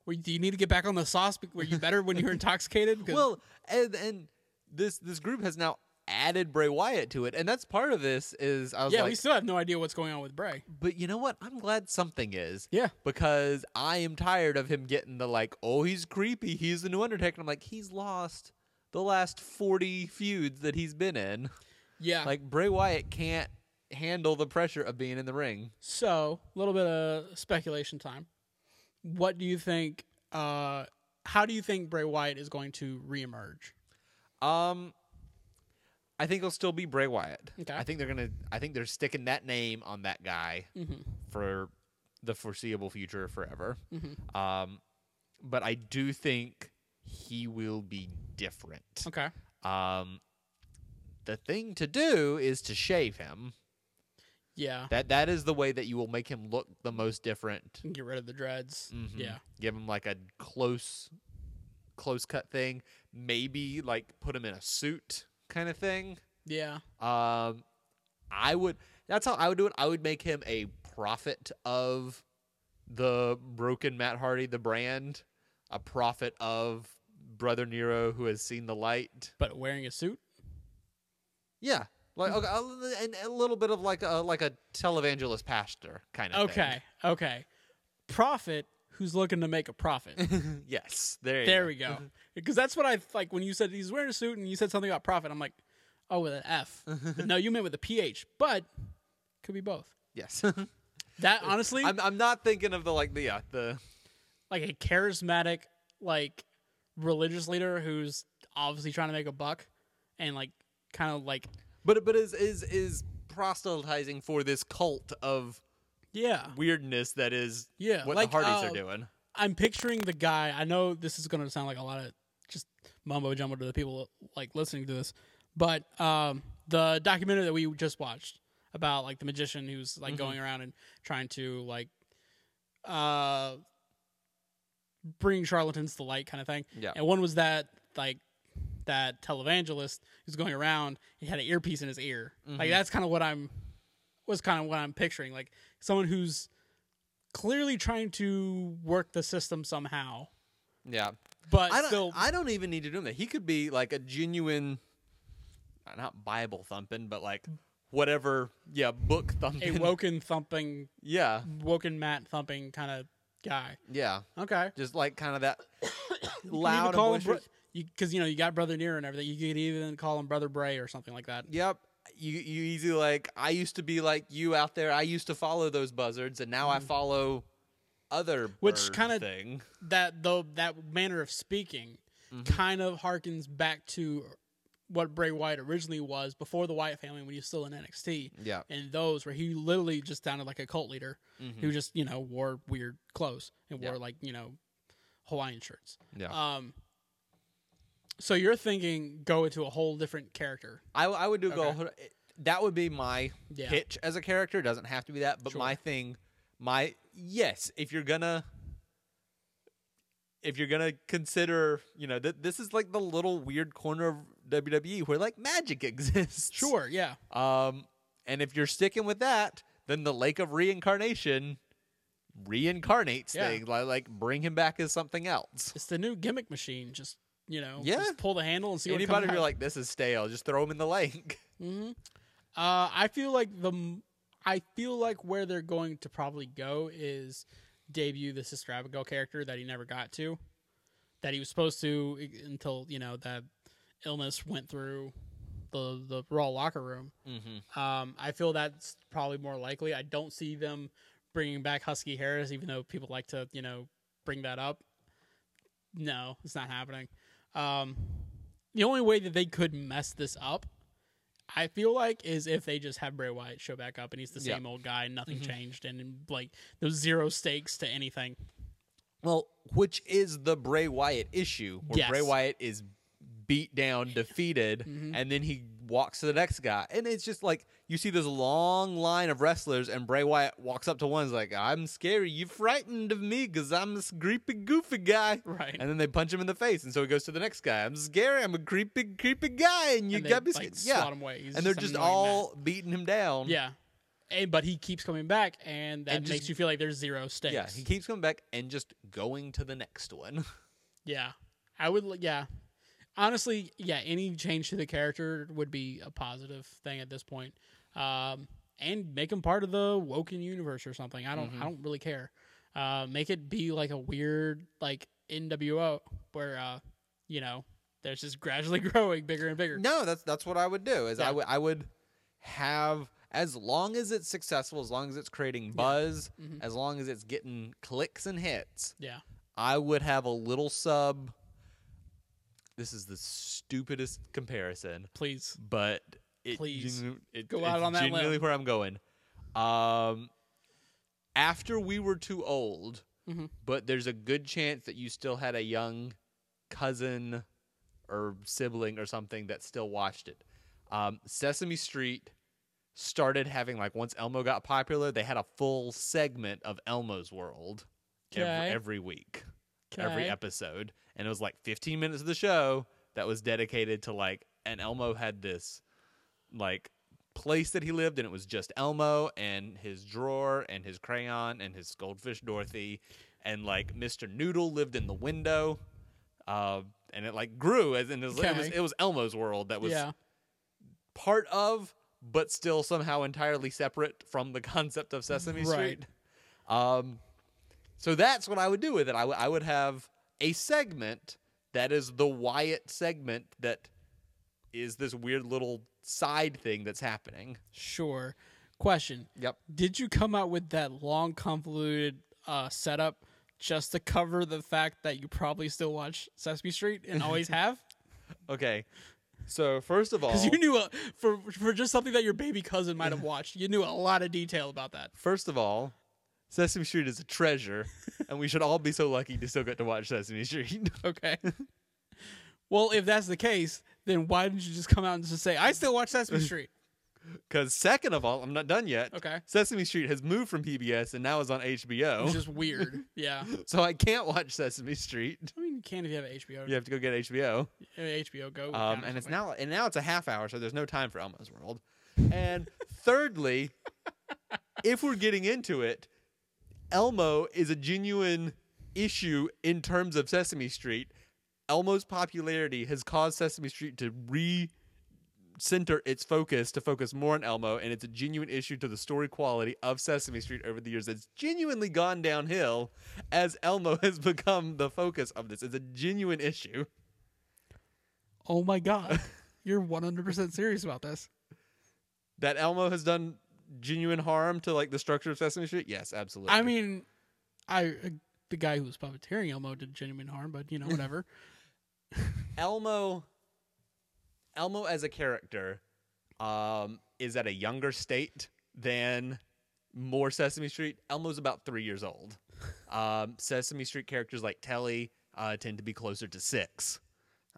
were, do you need to get back on the sauce? Were you better when you were intoxicated? 'Cause-
Well, and and this this group has now added Bray Wyatt to it. And that's part of this is I was
yeah,
like
we still have no idea what's going on with Bray.
but you know what? I'm glad something is.
Yeah.
Because I am tired of him getting the like, oh, he's creepy. He's the new Undertaker. I'm like, he's lost the last 40 feuds that he's been in.
Yeah.
Like, Bray Wyatt can't handle the pressure of being in the ring.
So, a little bit of speculation time. What do you think? Uh, how do you think Bray Wyatt is going to reemerge?
Um, I think it'll still be Bray Wyatt.
Okay.
I think they're gonna. I think they're sticking that name on that guy
Mm-hmm.
for the foreseeable future forever.
Mm-hmm.
Um, but I do think he will be different.
Okay.
Um, the thing to do is to shave him.
Yeah.
That that is the way that you will make him look the most different.
Get rid of the dreads.
Mhm.
Yeah.
Give him like a close, close cut thing. Maybe like put him in a suit kind of thing.
Yeah.
Um, I would. That's how I would do it. I would make him a prophet of the broken Matt Hardy, the brand, a prophet of brother Nero who has seen the light.
But wearing a suit.
Yeah, like okay, a- and a little bit of like a like a televangelist pastor kind of.
Okay, okay. Prophet who's looking to make a profit.
Thing. yes, there. You
there we go. Because that's what I like when you said he's wearing a suit and you said something about profit. I'm like, oh, with an F. But no, you meant with a PH, but could be both.
Yes,
That honestly,
I'm I'm not thinking of the like the yeah, the
like a charismatic, like religious leader who's obviously trying to make a buck and like kind of like,
but but is is is proselytizing for this cult of
yeah.
weirdness that is
Yeah,
what
like,
the Hardys
uh,
are doing.
I'm picturing the guy. I know this is going to sound like a lot of just mumbo jumbo to the people like listening to this, but um, the documentary that we just watched about like the magician who's like going around and trying to like uh bring charlatans to light kind of thing.
Yeah.
And one was that like that televangelist who's going around. He had an earpiece in his ear. Like that's kind of what I'm was kind of what I'm picturing. Like someone who's clearly trying to work the system somehow,
Yeah,
but
I don't.
still,
I don't even need to do that. He could be like a genuine, not Bible thumping, but like whatever. Yeah, book
a
thumping.
woken thumping,
yeah,
woken Matt thumping kind of guy.
yeah.
Okay,
Just like kind of that loud
call
and
him
boisterous.
because you know you got brother Near and everything. You could even call him brother Bray or something like that.
Yep. You you easy like I used to be like you out there. I used to follow those buzzards, and now I follow other
Which
bird
kinda-
thing.
That though that manner of speaking
Mm-hmm.
kind of harkens back to what Bray Wyatt originally was before the Wyatt family when he was still in NXT.
Yeah.
And those where he literally just sounded like a cult leader
Mm-hmm.
who just you know wore weird clothes and wore
Hmm. Yeah.
like you know Hawaiian shirts.
Yeah.
Um. So you're thinking go into a whole different character.
I w- I would do go.
Okay.
hold- That would be my
Yeah.
pitch as a character. Doesn't have to be that, but
Sure.
my thing, my yes, if you're gonna, if you're gonna consider, you know, th- this is like the little weird corner of WWE where like magic exists.
Sure. Yeah.
Um, and if you're sticking with that, then the Lake of Reincarnation reincarnates
Yeah.
things like, like bring him back as something else.
It's the new gimmick machine. Just you know,
Yeah.
just pull the handle and see what
Anybody
comes
who
out.
like this is stale, just throw him in the lake.
hmm Uh, I feel like the m- I feel like where they're going to probably go is debut the Sister Abigail character that he never got to, that he was supposed to i- until you know that illness went through the the Raw locker room.
Mm-hmm.
Um, I feel that's probably more likely. I don't see them bringing back Husky Harris, even though people like to, you know, bring that up. No, it's not happening. Um, the only way that they could mess this up, I feel like, is if they just have Bray Wyatt show back up and he's the
Yeah. Mm-hmm.
same old guy, nothing changed, and like there's zero stakes to anything.
Well, which is the Bray Wyatt issue, where Bray
Yes. Mm-hmm.
Wyatt is beat down, defeated, and then he walks to the next guy, and it's just like you see this long line of wrestlers, and Bray Wyatt walks up to one, and is like, "I'm scary, you frightened of me, cause I'm this creepy, goofy guy."
Right.
And then they punch him in the face, and so he goes to the next guy. I'm scary, I'm a creepy, creepy guy, and you
and they,
got me,
like,
scared." yeah.
swat him away. He's
and they're
an
just
annoying
all beating him down.
man. yeah. And, but he keeps coming back, and that
And just-
makes you feel like there's zero stakes.
yeah. He keeps coming back and just going to the next one.
Yeah. I would li- yeah. Honestly, yeah, any change to the character would be a positive thing at this point. Um and make him part of the Woken universe or something. I don't I don't really care. Uh make it be like a weird like NWO where uh you know, there's just gradually growing bigger and bigger.
No, that's that's what I would do. Is
Yeah.
I would I would have as long as it's successful, as long as it's creating buzz, as long as it's getting clicks and hits,
Yeah.
I would have a little sub. This is the stupidest comparison,
Please.
but it,
Please,
genu- it-
go out
it's
on that limb.
genuinely where I'm going. Um, after we were too old,
Mhm.
but there's a good chance that you still had a young cousin or sibling or something that still watched it. Um, Sesame Street started having like once Elmo got popular, they had a full segment of Elmo's World
Okay.
every, every week every
Okay.
episode and it was like 15 minutes of the show that was dedicated to like and elmo had this like place that he lived and it was just elmo and his drawer and his crayon and his goldfish dorothy and like mr noodle lived in the window uh, and it like grew as in it was, it was
Okay.
it was elmo's world that was
yeah.
part of, but still somehow entirely separate from the concept of Sesame
Right.
Street. Um, so that's what I would do with it. I would- I would have a segment that is the Wyatt segment that is this weird little side thing that's happening.
Sure. Question.
Yep.
Did you come out with that long, convoluted uh, setup just to cover the fact that you probably still watch Sesame Street and always have?
Okay. So first of all,
Because you knew a, for for just something that your baby cousin might have watched, you knew a lot of detail about that.
first of all, Sesame Street is a treasure, and we should all be so lucky to still get to watch Sesame Street.
Okay. well, if that's the case, then why didn't you just come out and just say, "I still watch Sesame Street"?
Because second of all, I'm not done yet.
Okay.
Sesame Street has moved from PBS and now is on
It's
HBO.
just weird. Yeah.
so I can't watch Sesame Street.
I mean, you can if you have HBO.
You have to go get HBO.
Uh, HBO Go. would
Um,
count or
and it's
something.
now and now it's a half hour, so there's no time for Elmo's World. And thirdly, if we're getting into it, Elmo is a genuine issue in terms of Sesame Street. Elmo's popularity has caused Sesame Street to re center its focus to focus more on Elmo, and it's a genuine issue to the story quality of Sesame Street over the years. It's genuinely gone downhill as Elmo has become the focus of this. It's a genuine issue.
Oh my god, you're 100 percent serious about this.
That Elmo has done genuine harm to like the structure of Sesame Street? Yes, absolutely.
I mean, I uh, the guy who was puppeteering Elmo did genuine harm, but you know whatever.
Elmo Elmo as a character um, is at a younger state than more Sesame Street. Elmo's about three years old. Um, Sesame Street characters like Telly uh, tend to be closer to six.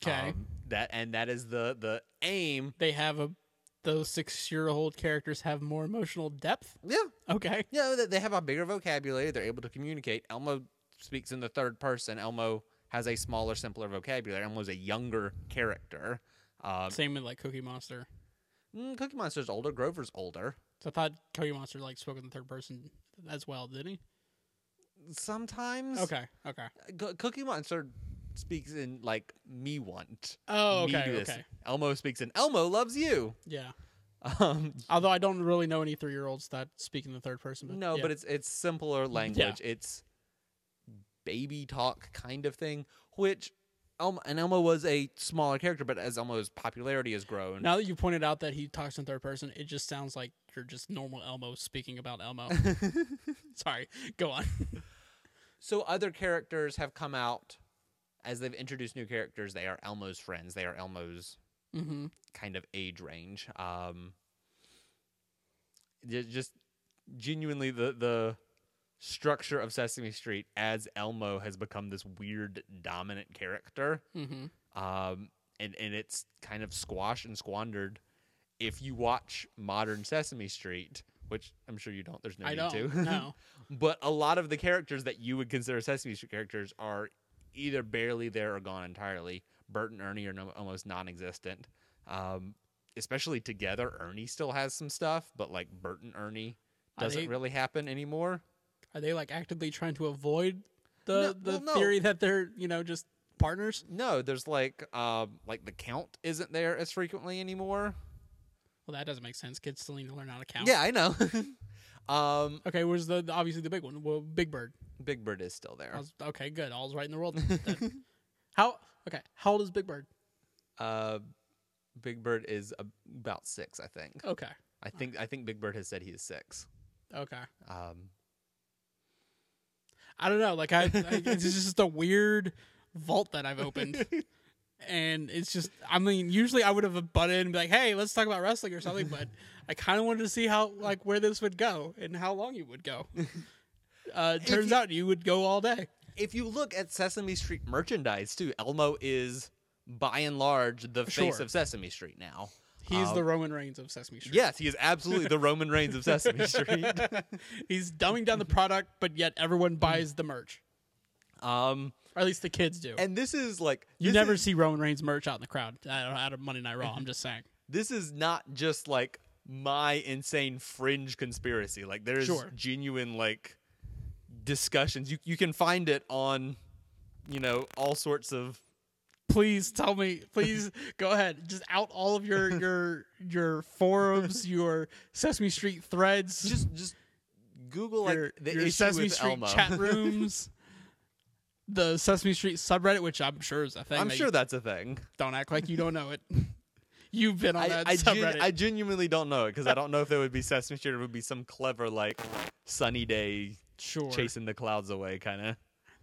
'Kay.
Um, that and that is the the aim.
they have a those six year old characters have more emotional depth.
Yeah,
Okay,
yeah. They they have a bigger vocabulary. They're able to communicate. Elmo speaks in the third person. Elmo has a smaller, simpler vocabulary. Elmo's a younger character. Um,
same with like Cookie Monster.
mm, Cookie Monster's older. Grover's older.
So I thought Cookie Monster like spoke in the third person as well, did he?
Sometimes.
Okay, okay.
C- Cookie Monster speaks in like me want.
Oh,
me
okay,
do this.
okay.
Elmo speaks in Elmo loves you.
Yeah.
Um,
Although I don't really know any three year olds that speak in the third person. But
no,
yeah.
but it's it's simpler language. It's baby talk kind of thing, which Elmo and Elmo was a smaller character, but as Elmo's popularity has grown,
now that you pointed out that he talks in third person, it just sounds like you're just normal Elmo speaking about Elmo. Sorry, go on.
so other characters have come out as they've introduced new characters. They are Elmo's friends. They are Elmo's
Mm-hmm.
kind of age range. Um, ju- just genuinely the the structure of Sesame Street as Elmo has become this weird dominant character,
Mm-hmm.
um, and and it's kind of squashed and squandered. If you watch modern Sesame Street, which I'm sure you don't, there's no
I
need
don't
to.
know.
but a lot of the characters that you would consider Sesame Street characters are either barely there or gone entirely. Bert and Ernie are no, almost non-existent. Um, especially together, Ernie still has some stuff, but like Bert and Ernie
Are
doesn't
they-
really happen anymore.
Are they like actively trying to avoid
No,
the the
well, no.
theory that they're you know just partners?
No, there's like um, like the Count isn't there as frequently anymore.
Well, that doesn't make sense. Kids still need to learn how to count.
Yeah, I know. um,
Okay, where's the, the- obviously the big one? Well, Big Bird.
Big Bird is still there.
I was, okay, good. All's right in the world. then. how? Okay, how old is Big Bird?
Uh, Big Bird is ab- about six, I think.
Okay,
I think I think Big Bird has said he is six.
okay.
Um,
I don't know. Like I, I it's just a weird vault that I've opened. And it's just, I mean, usually I would have butted in and be like, "Hey, let's talk about wrestling or something," but I kind of wanted to see how, like, where this would go and how long you would go. Uh, it turns
you-
out you would go all day.
if you look at Sesame Street merchandise too, Elmo is by and large the face
Sure.
of Sesame Street now.
He's
Um,
the Roman Reigns of Sesame Street.
Yes, he is absolutely the Roman Reigns of Sesame Street.
He's dumbing down the product, but yet everyone buys the merch.
Um,
Or at least the kids do.
and this is like
you
this
never
is-
see Roman Reigns merch out in the crowd out out of Monday Night Raw. I'm just saying.
this is not just like my insane fringe conspiracy. Like there is
Sure.
genuine like discussions. You you can find it on you know all sorts of
Please tell me. Please go ahead. Just out all of your your your forums, your Sesame Street threads,
just just Google like
your,
the
your
issue
Sesame
with
Street
Elmo.
chat rooms, the Sesame Street subreddit, which I'm sure is a thing.
I'm
that
sure
you-
that's a thing.
don't act like you don't know it. You've been on
I,
that
I, gen-
subreddit.
I genuinely don't know it because I don't know if there would be Sesame Street or it would be some clever like sunny day
sure.
chasing the clouds away kind of.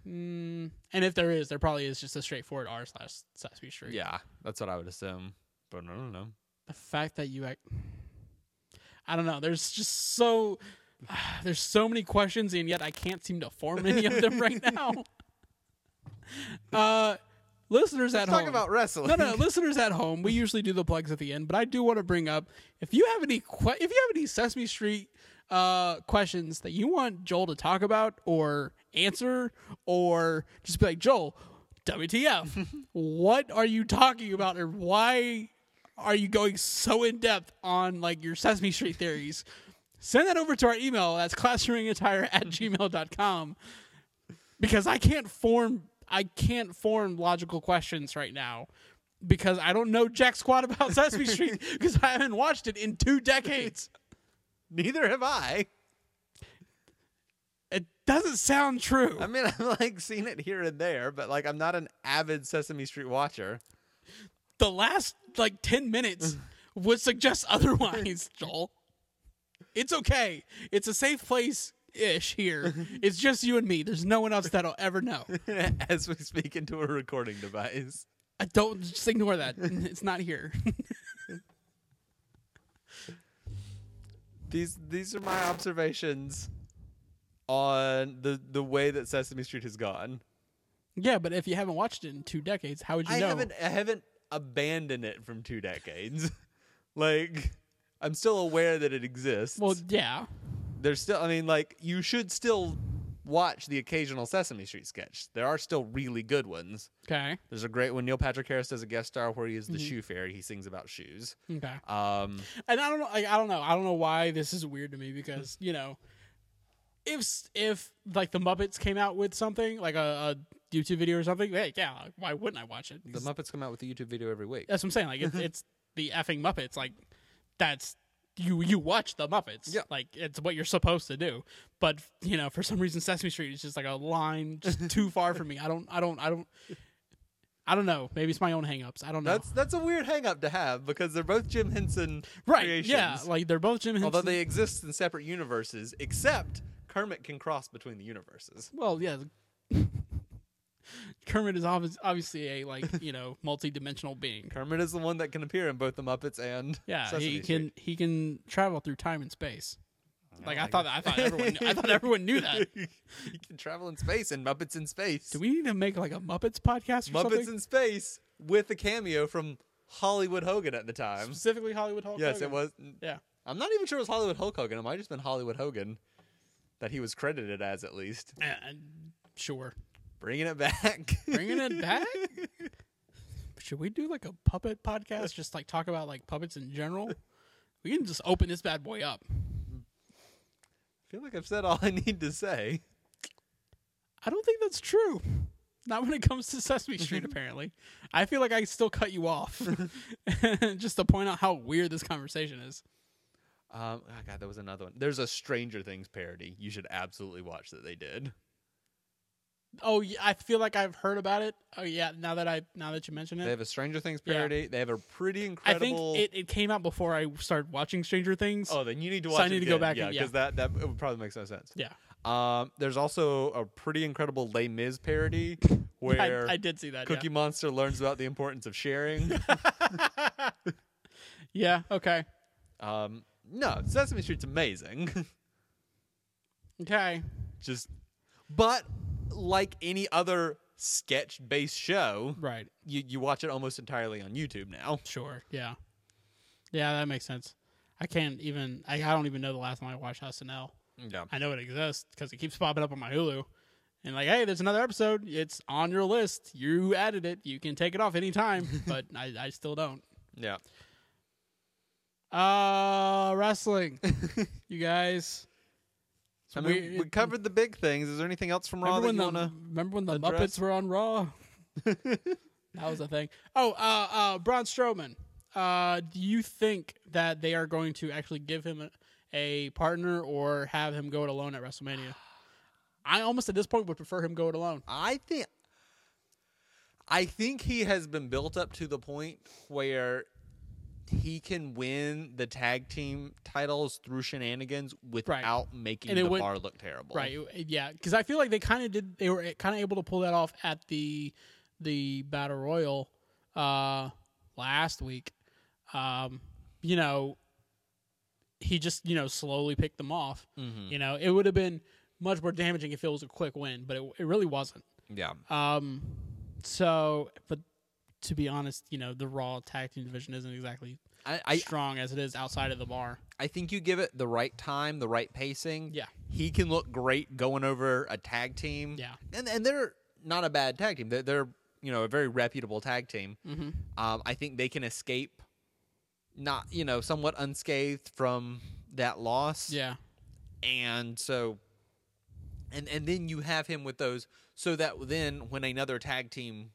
Mm, and if there is, there probably is just a straightforward R slash Sesame Street.
Yeah, that's what I would assume. But I don't know.
The fact that you act, I don't know. There's just so there's so many questions, and yet I can't seem to form any of them right now. Uh, listeners at
Let's talk
home,
about wrestling.
no, no, listeners at home. We usually do the plugs at the end, but I do want to bring up if you have any que- if you have any Sesame Street uh, questions that you want Joel to talk about or answer, or just be like Joel, WTF? what are you talking about, and why are you going so in depth on like your Sesame Street theories? Send that over to our email. That's classroomingentire at gmail.com because I can't form I can't form logical questions right now because I don't know jack squat about Sesame Street because I haven't watched it in two decades.
Neither have I.
It doesn't sound true.
I mean, I've like seen it here and there, but like I'm not an avid Sesame Street watcher.
the last like 10 minutes would suggest otherwise, Joel. It's okay. It's a safe place ish here. It's just you and me. There's no one else that'll ever know.
As we speak into a recording device.
I don't just ignore that. It's not here.
These these are my observations on the the way that Sesame Street has gone.
yeah, but if you haven't watched it in two decades, how would you
I
know?
haven't I haven't abandoned it from two decades. like I'm still aware that it exists.
Well, yeah.
there's still I mean like you should still watch the occasional Sesame Street sketch. There are still really good ones.
Okay.
There's a great one Neil Patrick Harris does a guest star where he is the
Mm-hmm.
shoe fairy. He sings about shoes.
Okay.
Um
and I don't know. Like, I don't know. I don't know why this is weird to me because you know, if s- if like the Muppets came out with something like a, a YouTube video or something, hey, yeah, like, why wouldn't I watch it?
the Muppets come out with a YouTube video every week.
That's what I'm saying. Like it's, it's the effing Muppets. Like that's you you watch the Muppets.
Yeah.
Like it's what you're supposed to do. But you know, for some reason, Sesame Street is just like a line just too far for me. I don't. I don't. I don't. I don't know. Maybe it's my own hangups. I don't know.
That's that's a weird hang up to have because they're both Jim Henson
right.
creations.
Yeah. Like they're both Jim Henson.
although they exist in separate universes, except Kermit can cross between the universes.
Well, yeah. Kermit is obvi- obviously a like you know multi-dimensional being.
Kermit is the one that can appear in both the Muppets and
Yeah,
Sesame
he
Street.
can he can travel through time and space. Like I thought, I thought everyone knew, I thought everyone knew that.
he can travel in space and Muppets in space.
Do we need to make like a Muppets podcast or
Muppets
something?
in space with a cameo from Hollywood Hogan at the time.
Specifically, Hollywood Hulk.
Yes,
Hogan.
it was.
Yeah,
I'm not even sure it was Hollywood Hulk Hogan. It might have just been Hollywood Hogan that he was credited as, at least.
Uh, and, sure.
Bringing it back.
Bringing it back. Should we do like a puppet podcast? Just like talk about like puppets in general. We can just open this bad boy up.
I feel like I've said all I need to say.
I don't think that's true. Not when it comes to Sesame Street, apparently. I feel like I still cut you off just to point out how weird this conversation is.
Um, oh God, there was another one. There's a Stranger Things parody you should absolutely watch that they did.
Oh, yeah, I feel like I've heard about it. Oh, yeah. Now that I now that you mention
They
it,
have a Stranger Things
Yeah.
parody. They have a pretty
I think
incredible.
it, it came out before I started watching Stranger Things.
oh, then you need to
So
watch.
I need
it
to go
again.
back
yeah,
and- yeah.
because that that it would probably makes no sense.
yeah,
Um, there's also a pretty incredible Les Mis parody where
I, I did see that.
Cookie Monster learns about the importance of sharing.
Yeah. yeah. Okay.
um, no, Sesame Street's amazing.
Okay.
Just, but like any other sketch-based show,
Right.
you you watch it almost entirely on YouTube now.
Sure. Yeah. Yeah, that makes sense. I can't even. I, I don't even know the last time I watched SNL.
Yeah.
I know it exists because it keeps popping up on my Hulu. And like, hey, there's another episode. It's on your list. You added it. You can take it off anytime, but I, I still don't.
Yeah.
Uh wrestling. you guys. It's
I mean,
weird.
we covered the big things. Is there anything else from Raw that
remember when
you
the
want to?
remember when the
address?
Muppets were on Raw? that was a thing. Oh, uh, uh, Braun Strowman. Uh, do you think that they are going to actually give him a, a partner or have him go it alone at WrestleMania? I almost at this point would prefer him go it alone.
I think, I think he has been built up to the point where he can win the tag team titles through shenanigans without making
And it
the
would-
bar look terrible.
Right. Yeah. Because I feel like they kind of did. They were kind of able to pull that off at the the battle royal uh, last week. Um, you know, he just you know slowly picked them off.
Mhm.
You know, it would have been much more damaging if it was a quick win, but it, it really wasn't.
Yeah.
Um, so, but to be honest, you know, the Raw tag team division isn't exactly
I, I
strong as it is outside of the bar.
I think you give it the right time, the right pacing.
Yeah.
He can look great going over a tag team.
Yeah.
And and they're not a bad tag team. They're, they're you know a very reputable tag team.
Mhm.
Um, I think they can escape, not you know somewhat unscathed from that loss.
Yeah.
And so, and and then you have him with those so that then when another tag team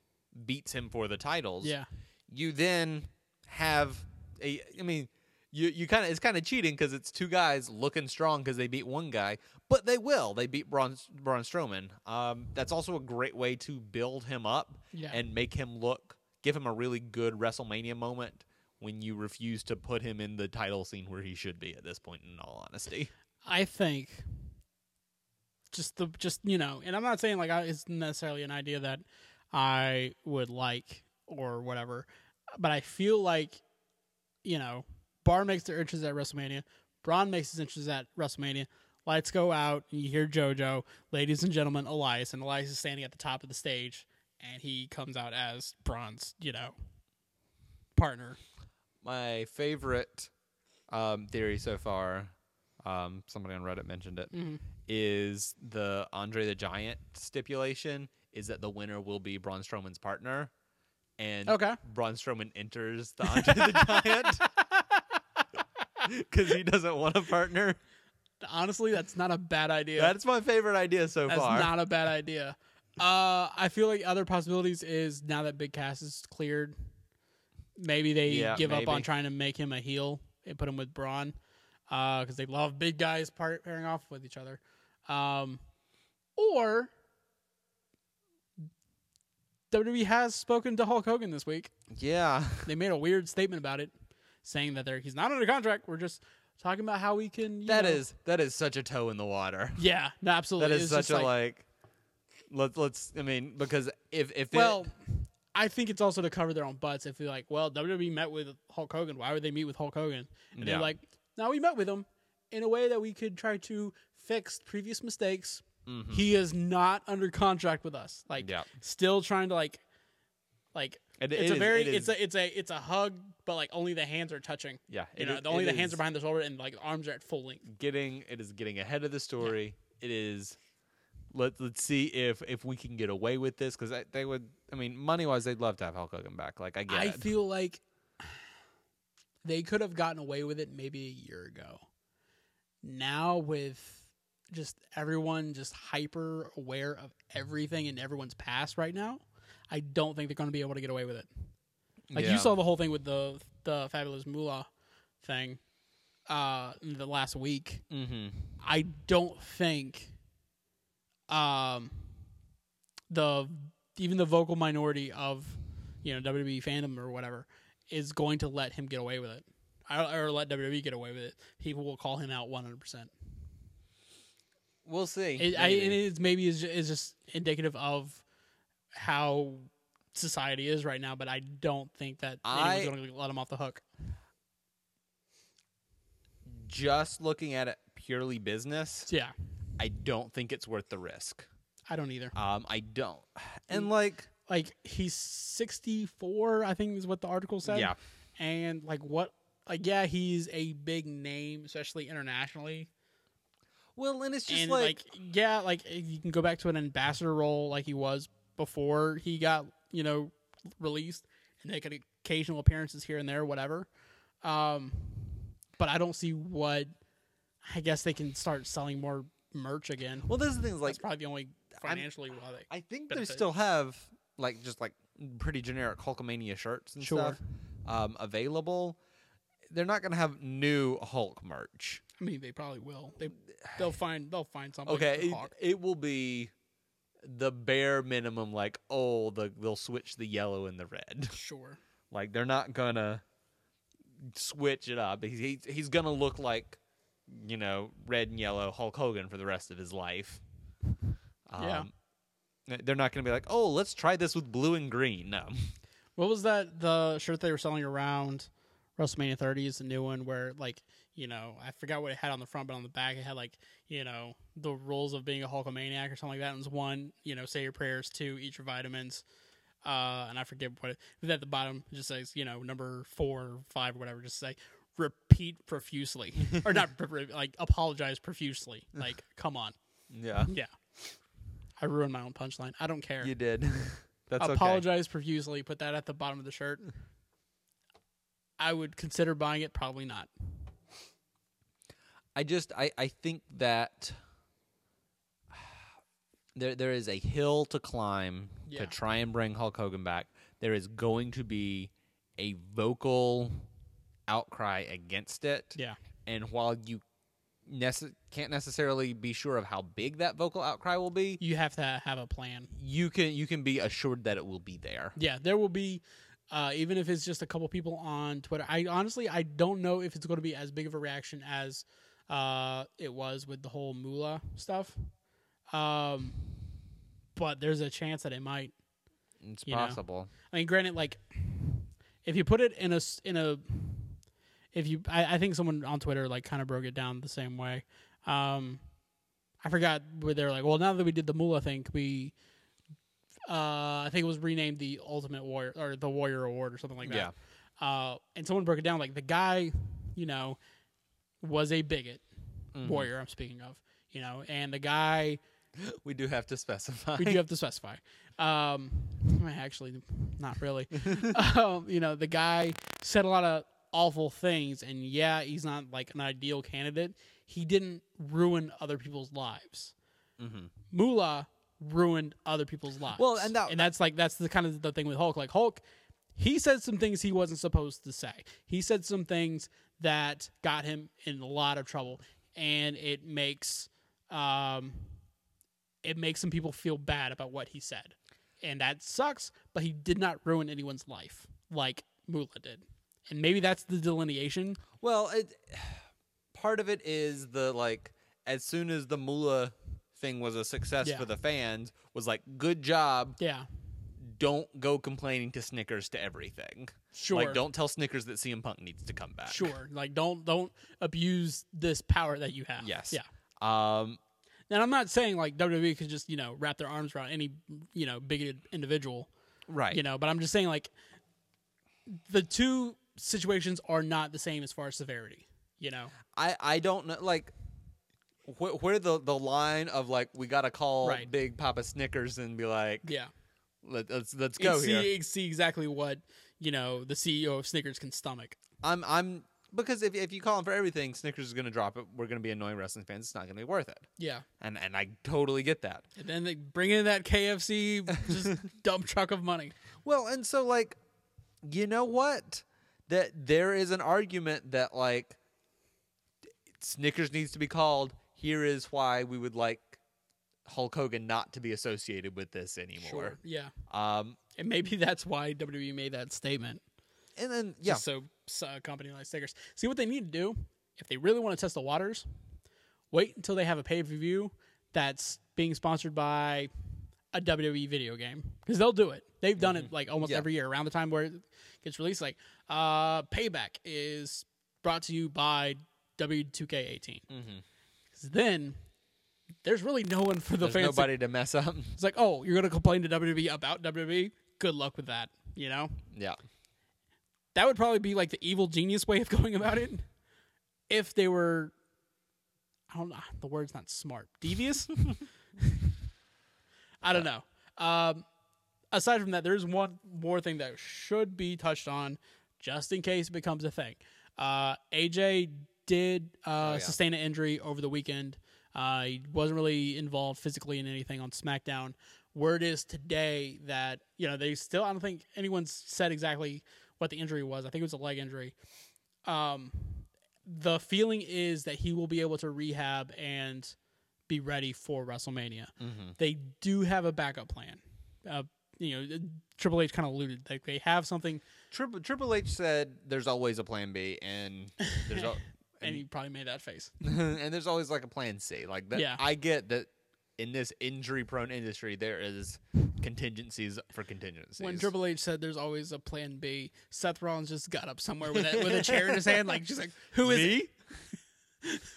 beats him for the titles,
Yeah.
you then have a. I mean, you you kind of it's kind of cheating because it's two guys looking strong because they beat one guy, but they will. They beat Braun Braun Strowman. Um, that's also a great way to build him up
Yeah.
and make him look, give him a really good WrestleMania moment when you refuse to put him in the title scene where he should be at this point. In all honesty,
I think just the just you know, and I'm not saying like I, it's necessarily an idea that I would like or whatever, but I feel like you know, Barr makes their entries at WrestleMania, Braun makes his entries at WrestleMania. Lights go out, and you hear JoJo, ladies and gentlemen, Elias, and Elias is standing at the top of the stage, and he comes out as Braun's, you know, partner.
my favorite um, theory so far. Um, somebody on Reddit mentioned it. Is
Mm-hmm.
the Andre the Giant stipulation is that the winner will be Braun Strowman's partner, and
Okay.
Braun Strowman enters the Andre the Giant because he doesn't want a partner.
Honestly, that's not a bad idea.
That's my favorite idea so
That's
far.
not a bad idea. Uh, I feel like other possibilities is now that Big Cass is cleared, maybe they
Yeah,
give up on
maybe.
trying to make him a heel and put him with Braun because they love big guys par- pairing off with each other. Um, or WWE E has spoken to Hulk Hogan this week.
yeah,
They made a weird statement about it, saying that they're, he's not under contract. We're just talking about how we can. you
that
know-
is that is such a toe in the water.
Yeah, no, absolutely.
That
It
is
was
such
just
a like. Let's let's. I mean, because if if it-
Well, I think it's also to cover their own butts. If you're like, well, WWE met with Hulk Hogan, why would they meet with Hulk Hogan? And
Yeah.
they're like, no, we met with him in a way that we could try to fix previous mistakes. He is not under contract with us. Like,
Mm-hmm. Yeah.
still trying to like, like
And
it's
it
a
is-
very
it is-
it's a it's a it's a hug, but like only the hands are touching.
Yeah,
you
it
know,
is-
the only
it
the hands
is-
are behind the shoulder and like arms are at full length.
getting it is getting ahead of the story. It is let let's see if if we can get away with this because they would. I mean, money wise, they'd love to have Hulk Hogan back. Like I get
I
it.
feel like they could have gotten away with it maybe a year ago. Now with just everyone just hyper aware of everything in everyone's past right now, I don't think they're going to be able to get away with it. Like
Yeah.
you saw the whole thing with the the fabulous Moolah thing uh in the last week.
mm-hmm.
I don't think um the even the vocal minority of you know WWE fandom or whatever is going to let him get away with it. I- Or let WWE get away with it. People will call him out 100%.
We'll see.
It, I, and
maybe.
it's maybe is is just indicative of how society is right now, but I don't think that
I-
anyone's going to let him off the hook.
Just looking at it purely business,
So, yeah,
I don't think it's worth the risk.
I don't either.
Um, I don't. And like,
Like he's 64, I think is what the article said.
yeah,
and like what like yeah he's a big name especially internationally
well, and it's just
and
like,
like, yeah like you can go back to an ambassador role like he was before he got you know released and make an occasional appearances here and there whatever um but i don't see what i guess they can start selling more merch again
well, this is the thing is like,
that's probably the only financially why they
I think they
benefit.
still have like just like pretty generic Hulkamania shirts and stuff
Sure.
um, available. They're not gonna have new Hulk merch.
i mean they probably will they they'll find they'll find something
Okay,
to
it,
hawk.
it will be the bare minimum. Like oh, the, they'll switch the yellow and the red.
sure
Like they're not gonna switch it up. He's he's, he's gonna look like you know red and yellow Hulk Hogan for the rest of his life.
Yeah.
th- They're not going to be like, oh, let's try this with blue and green. No.
What was that the shirt they were selling around WrestleMania 30 is the new one where like you know I forgot what it had on the front but on the back it had like you know the rules of being a Hulkamaniac or something like that. And it was one you know say your prayers, two eat your vitamins, uh, and I forget what it. But at the bottom it just says you know number four or five or whatever just say repeat profusely or not pro- pro- like apologize profusely. Like come on,
Yeah.
yeah. I ruined my own punchline. I don't care.
You did. That's okay.
apologize profusely. Put that at the bottom of the shirt. I would consider buying it. Probably not.
I just I I think that there there is a hill to climb
Yeah.
to try and bring Hulk Hogan back. There is going to be a vocal outcry against it.
Yeah.
And while you nece- can't necessarily be sure of how big that vocal outcry will be,
You have to have a plan.
you can you can be assured that it will be there.
Yeah, there will be, uh, even if it's just a couple people on Twitter. I honestly, I don't know if it's going to be as big of a reaction as uh, it was with the whole Mula stuff. Um, but there's a chance that it might.
It's
You know.
possible.
I mean, granted, like if you put it in a s- in a if you, I, I think someone on Twitter like kind of broke it down the same way. Um, I forgot where they were like, well, now that we did the Mula thing, could we, uh, I think it was renamed the Ultimate Warrior or the Warrior Award or something like that.
Yeah.
Uh, and someone broke it down like the guy, you know, was a bigot. Warrior, I'm speaking of, you know, and the guy
We do have to specify.
we do have to specify. Um, actually, not really. um, you know, the guy said a lot of awful things, and yeah, he's not like an ideal candidate. He didn't ruin other people's lives. Moolah ruined other people's lives.
Well, and that-
that's like that's the kind of the thing with Hulk. Like Hulk, he said some things he wasn't supposed to say. He said some things that got him in a lot of trouble, and it makes um, it makes some people feel bad about what he said, and that sucks. But he did not ruin anyone's life like Mula did, and maybe that's the delineation.
Well, it, part of it is the like as soon as the Mula thing was a success
Yeah.
for the fans was like good job
Yeah,
don't go complaining to snickers to everything
Sure.
like don't tell snickers that cm punk needs to come back
sure. Like don't don't abuse this power that you have.
yes
Yeah.
um
And I'm not saying like WWE could just you know wrap their arms around any you know bigoted individual,
right
you know. But I'm just saying like the two situations are not the same as far as severity, you know.
i i don't know like wh- where the the line of like we gotta call
Right.
big papa snickers and be like
Yeah,
Let, us let's go
And
here
see, see exactly what you know the CEO of Snickers can stomach.
i'm i'm because if, if you call him for everything snickers is gonna drop it we're gonna be annoying wrestling fans it's not gonna be worth it
Yeah,
and and I totally get that.
and then they bring in that KFC just dump truck of money.
Well, and so like, you know what? That there is an argument that like Snickers needs to be called. Here is why we would like Hulk Hogan not to be associated with this anymore.
Yeah,
Um,
and maybe that's why WWE made that statement.
and then yeah,
just so so a company like Snickers. See what they need to do if they really want to test the waters. Wait until they have a pay per view that's being sponsored by a WWE video game because they'll do it. They've done it like almost
Mm-hmm. Yeah.
every year around the time where it gets released. Like uh, Payback is brought to you by W2K18.
Mm-hmm.
Because Then there's really no one for the
there's
fans. to-
nobody to mess up.
it's like, oh, you're gonna complain to WWE about WWE. Good luck with that. You know
yeah,
that would probably be like the evil genius way of going about it if they were i don't know the word's not smart devious i don't know um, aside from that there's one more thing that should be touched on just in case it becomes a thing uh, aj did uh,
yeah.
sustain an injury over the weekend uh, he wasn't really involved physically in anything on smackdown word is today that you know they still i don't think anyone's said exactly what the injury was i think it was a leg injury um, the feeling is that he will be able to rehab and be ready for WrestleMania. They do have a backup plan. Uh, you know, Triple H kind of alluded like they have something,
Triple Triple H said there's always a plan B, and there's a,
and he probably made that face.
and there's always like a plan C. Like that,
Yeah.
I get that in this injury-prone industry, there is contingencies for contingencies.
When Triple H said there's always a plan B, Seth Rollins just got up somewhere with a, with a chair in his hand, like just like who is it?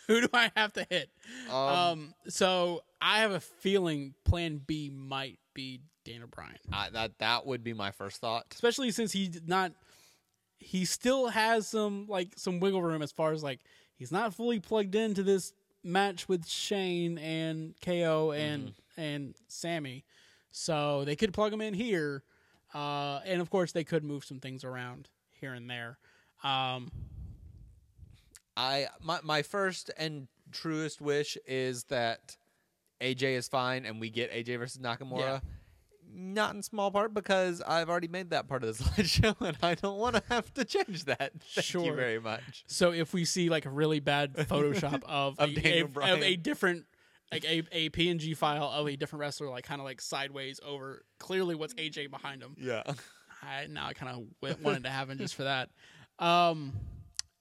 Who do I have to hit?
Um,
Um, so I have a feeling Plan B might be Dana Bryan.
I, that that would be my first thought.
especially since he did not he still has some like some wiggle room as far as like he's not fully plugged into this match with Shane and KO and
Mm-hmm.
and Sammy. So they could plug him in here. Uh, and of course they could move some things around here and there. Um,
I my my first and truest wish is that AJ is fine and we get AJ versus Nakamura. Not in small part because I've already made that part of the slideshow and I don't want to have to change that. Thank you
Sure.
very much.
So if we see like a really bad Photoshop of,
Of
a,
Daniel
a-
Bryan.
of a different like a, a PNG file of a different wrestler, like kind of like sideways over clearly what's AJ behind him.
Yeah.
I now I kind of wanted to have him just for that. Um,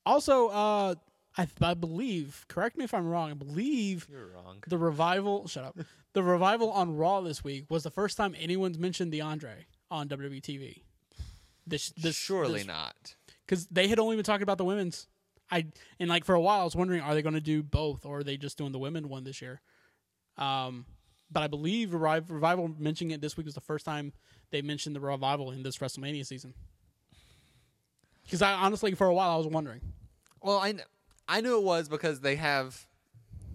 also, uh, I, I believe correct me if I'm wrong. I believe
You're wrong.
the revival. Shut up. The revival on Raw this week was the first time anyone's mentioned DeAndre on WWTV. This, this
Surely
this,
not.
because they had only been talking about the women's. I and like for a while, I was wondering, are they going to do both, or are they just doing the women one this year? Um, but I believe Reviv- revival mentioning it this week was the first time they mentioned the revival in this WrestleMania season. Because I honestly, for a while, I was wondering.
Well, I, kn- I knew it was because they have,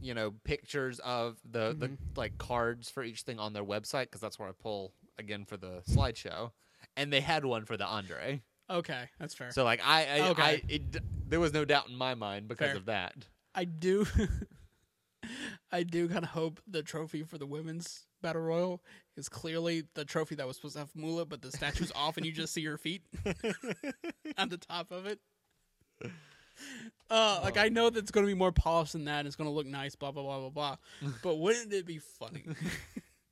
you know, pictures of the, the
Mm-hmm.
like cards for each thing on their website because that's where I pull again for the slideshow. And they had one for the Andre.
Okay, that's fair.
So like I, I,
Okay.
I it, d- there was no doubt in my mind because
Fair.
of that.
I do, I do kind of hope the trophy for the women's battle royal is clearly the trophy that was supposed to have Mula, but the statue's off and you just see her feet on the top of it. Uh, like I know that's going to be more polished than that. And it's going to look nice, blah blah blah blah blah. but wouldn't it be funny?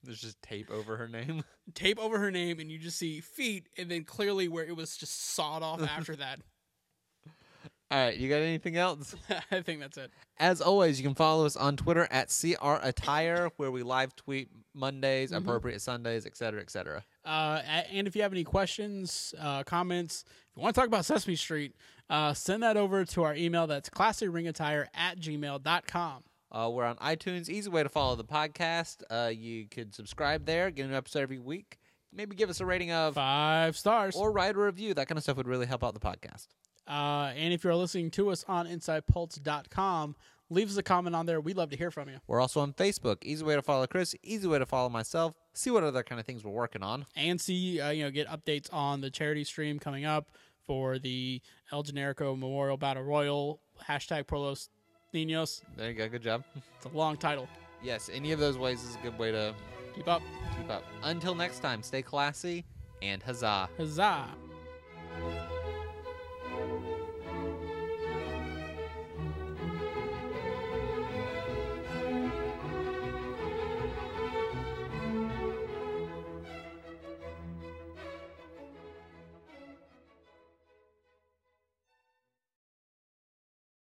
There's just tape over her name.
Tape over her name, and you just see feet, and then clearly where it was just sawed off after that.
All right, you got anything else?
I think that's it.
As always, you can follow us on Twitter at CR Attire, where we live tweet Mondays,
Mm-hmm.
appropriate Sundays, et cetera, et cetera.
Uh, a- and if you have any questions, uh, comments, if you want to talk about Sesame Street, uh, send that over to our email. That's classyringattire at gmail.com.
Uh, we're on iTunes. Easy way to follow the podcast. Uh, you could subscribe there, get an episode every week. Maybe give us a rating of
Five stars.
or write a review. That kind of stuff would really help out the podcast.
Uh, and if you're listening to us on InsidePulse.com, leave us a comment on there. We'd love to hear from you.
We're also on Facebook. Easy way to follow Chris. Easy way to follow myself. See what other kind of things we're working on.
And see, uh, you know, get updates on the charity stream coming up for the El Generico Memorial Battle Royal. Hashtag Prolos Niños.
There you go. Good job.
It's a long title.
Yes, any of those ways is a good way to
Keep up.
keep up. Until next time, stay classy and huzzah.
Huzzah.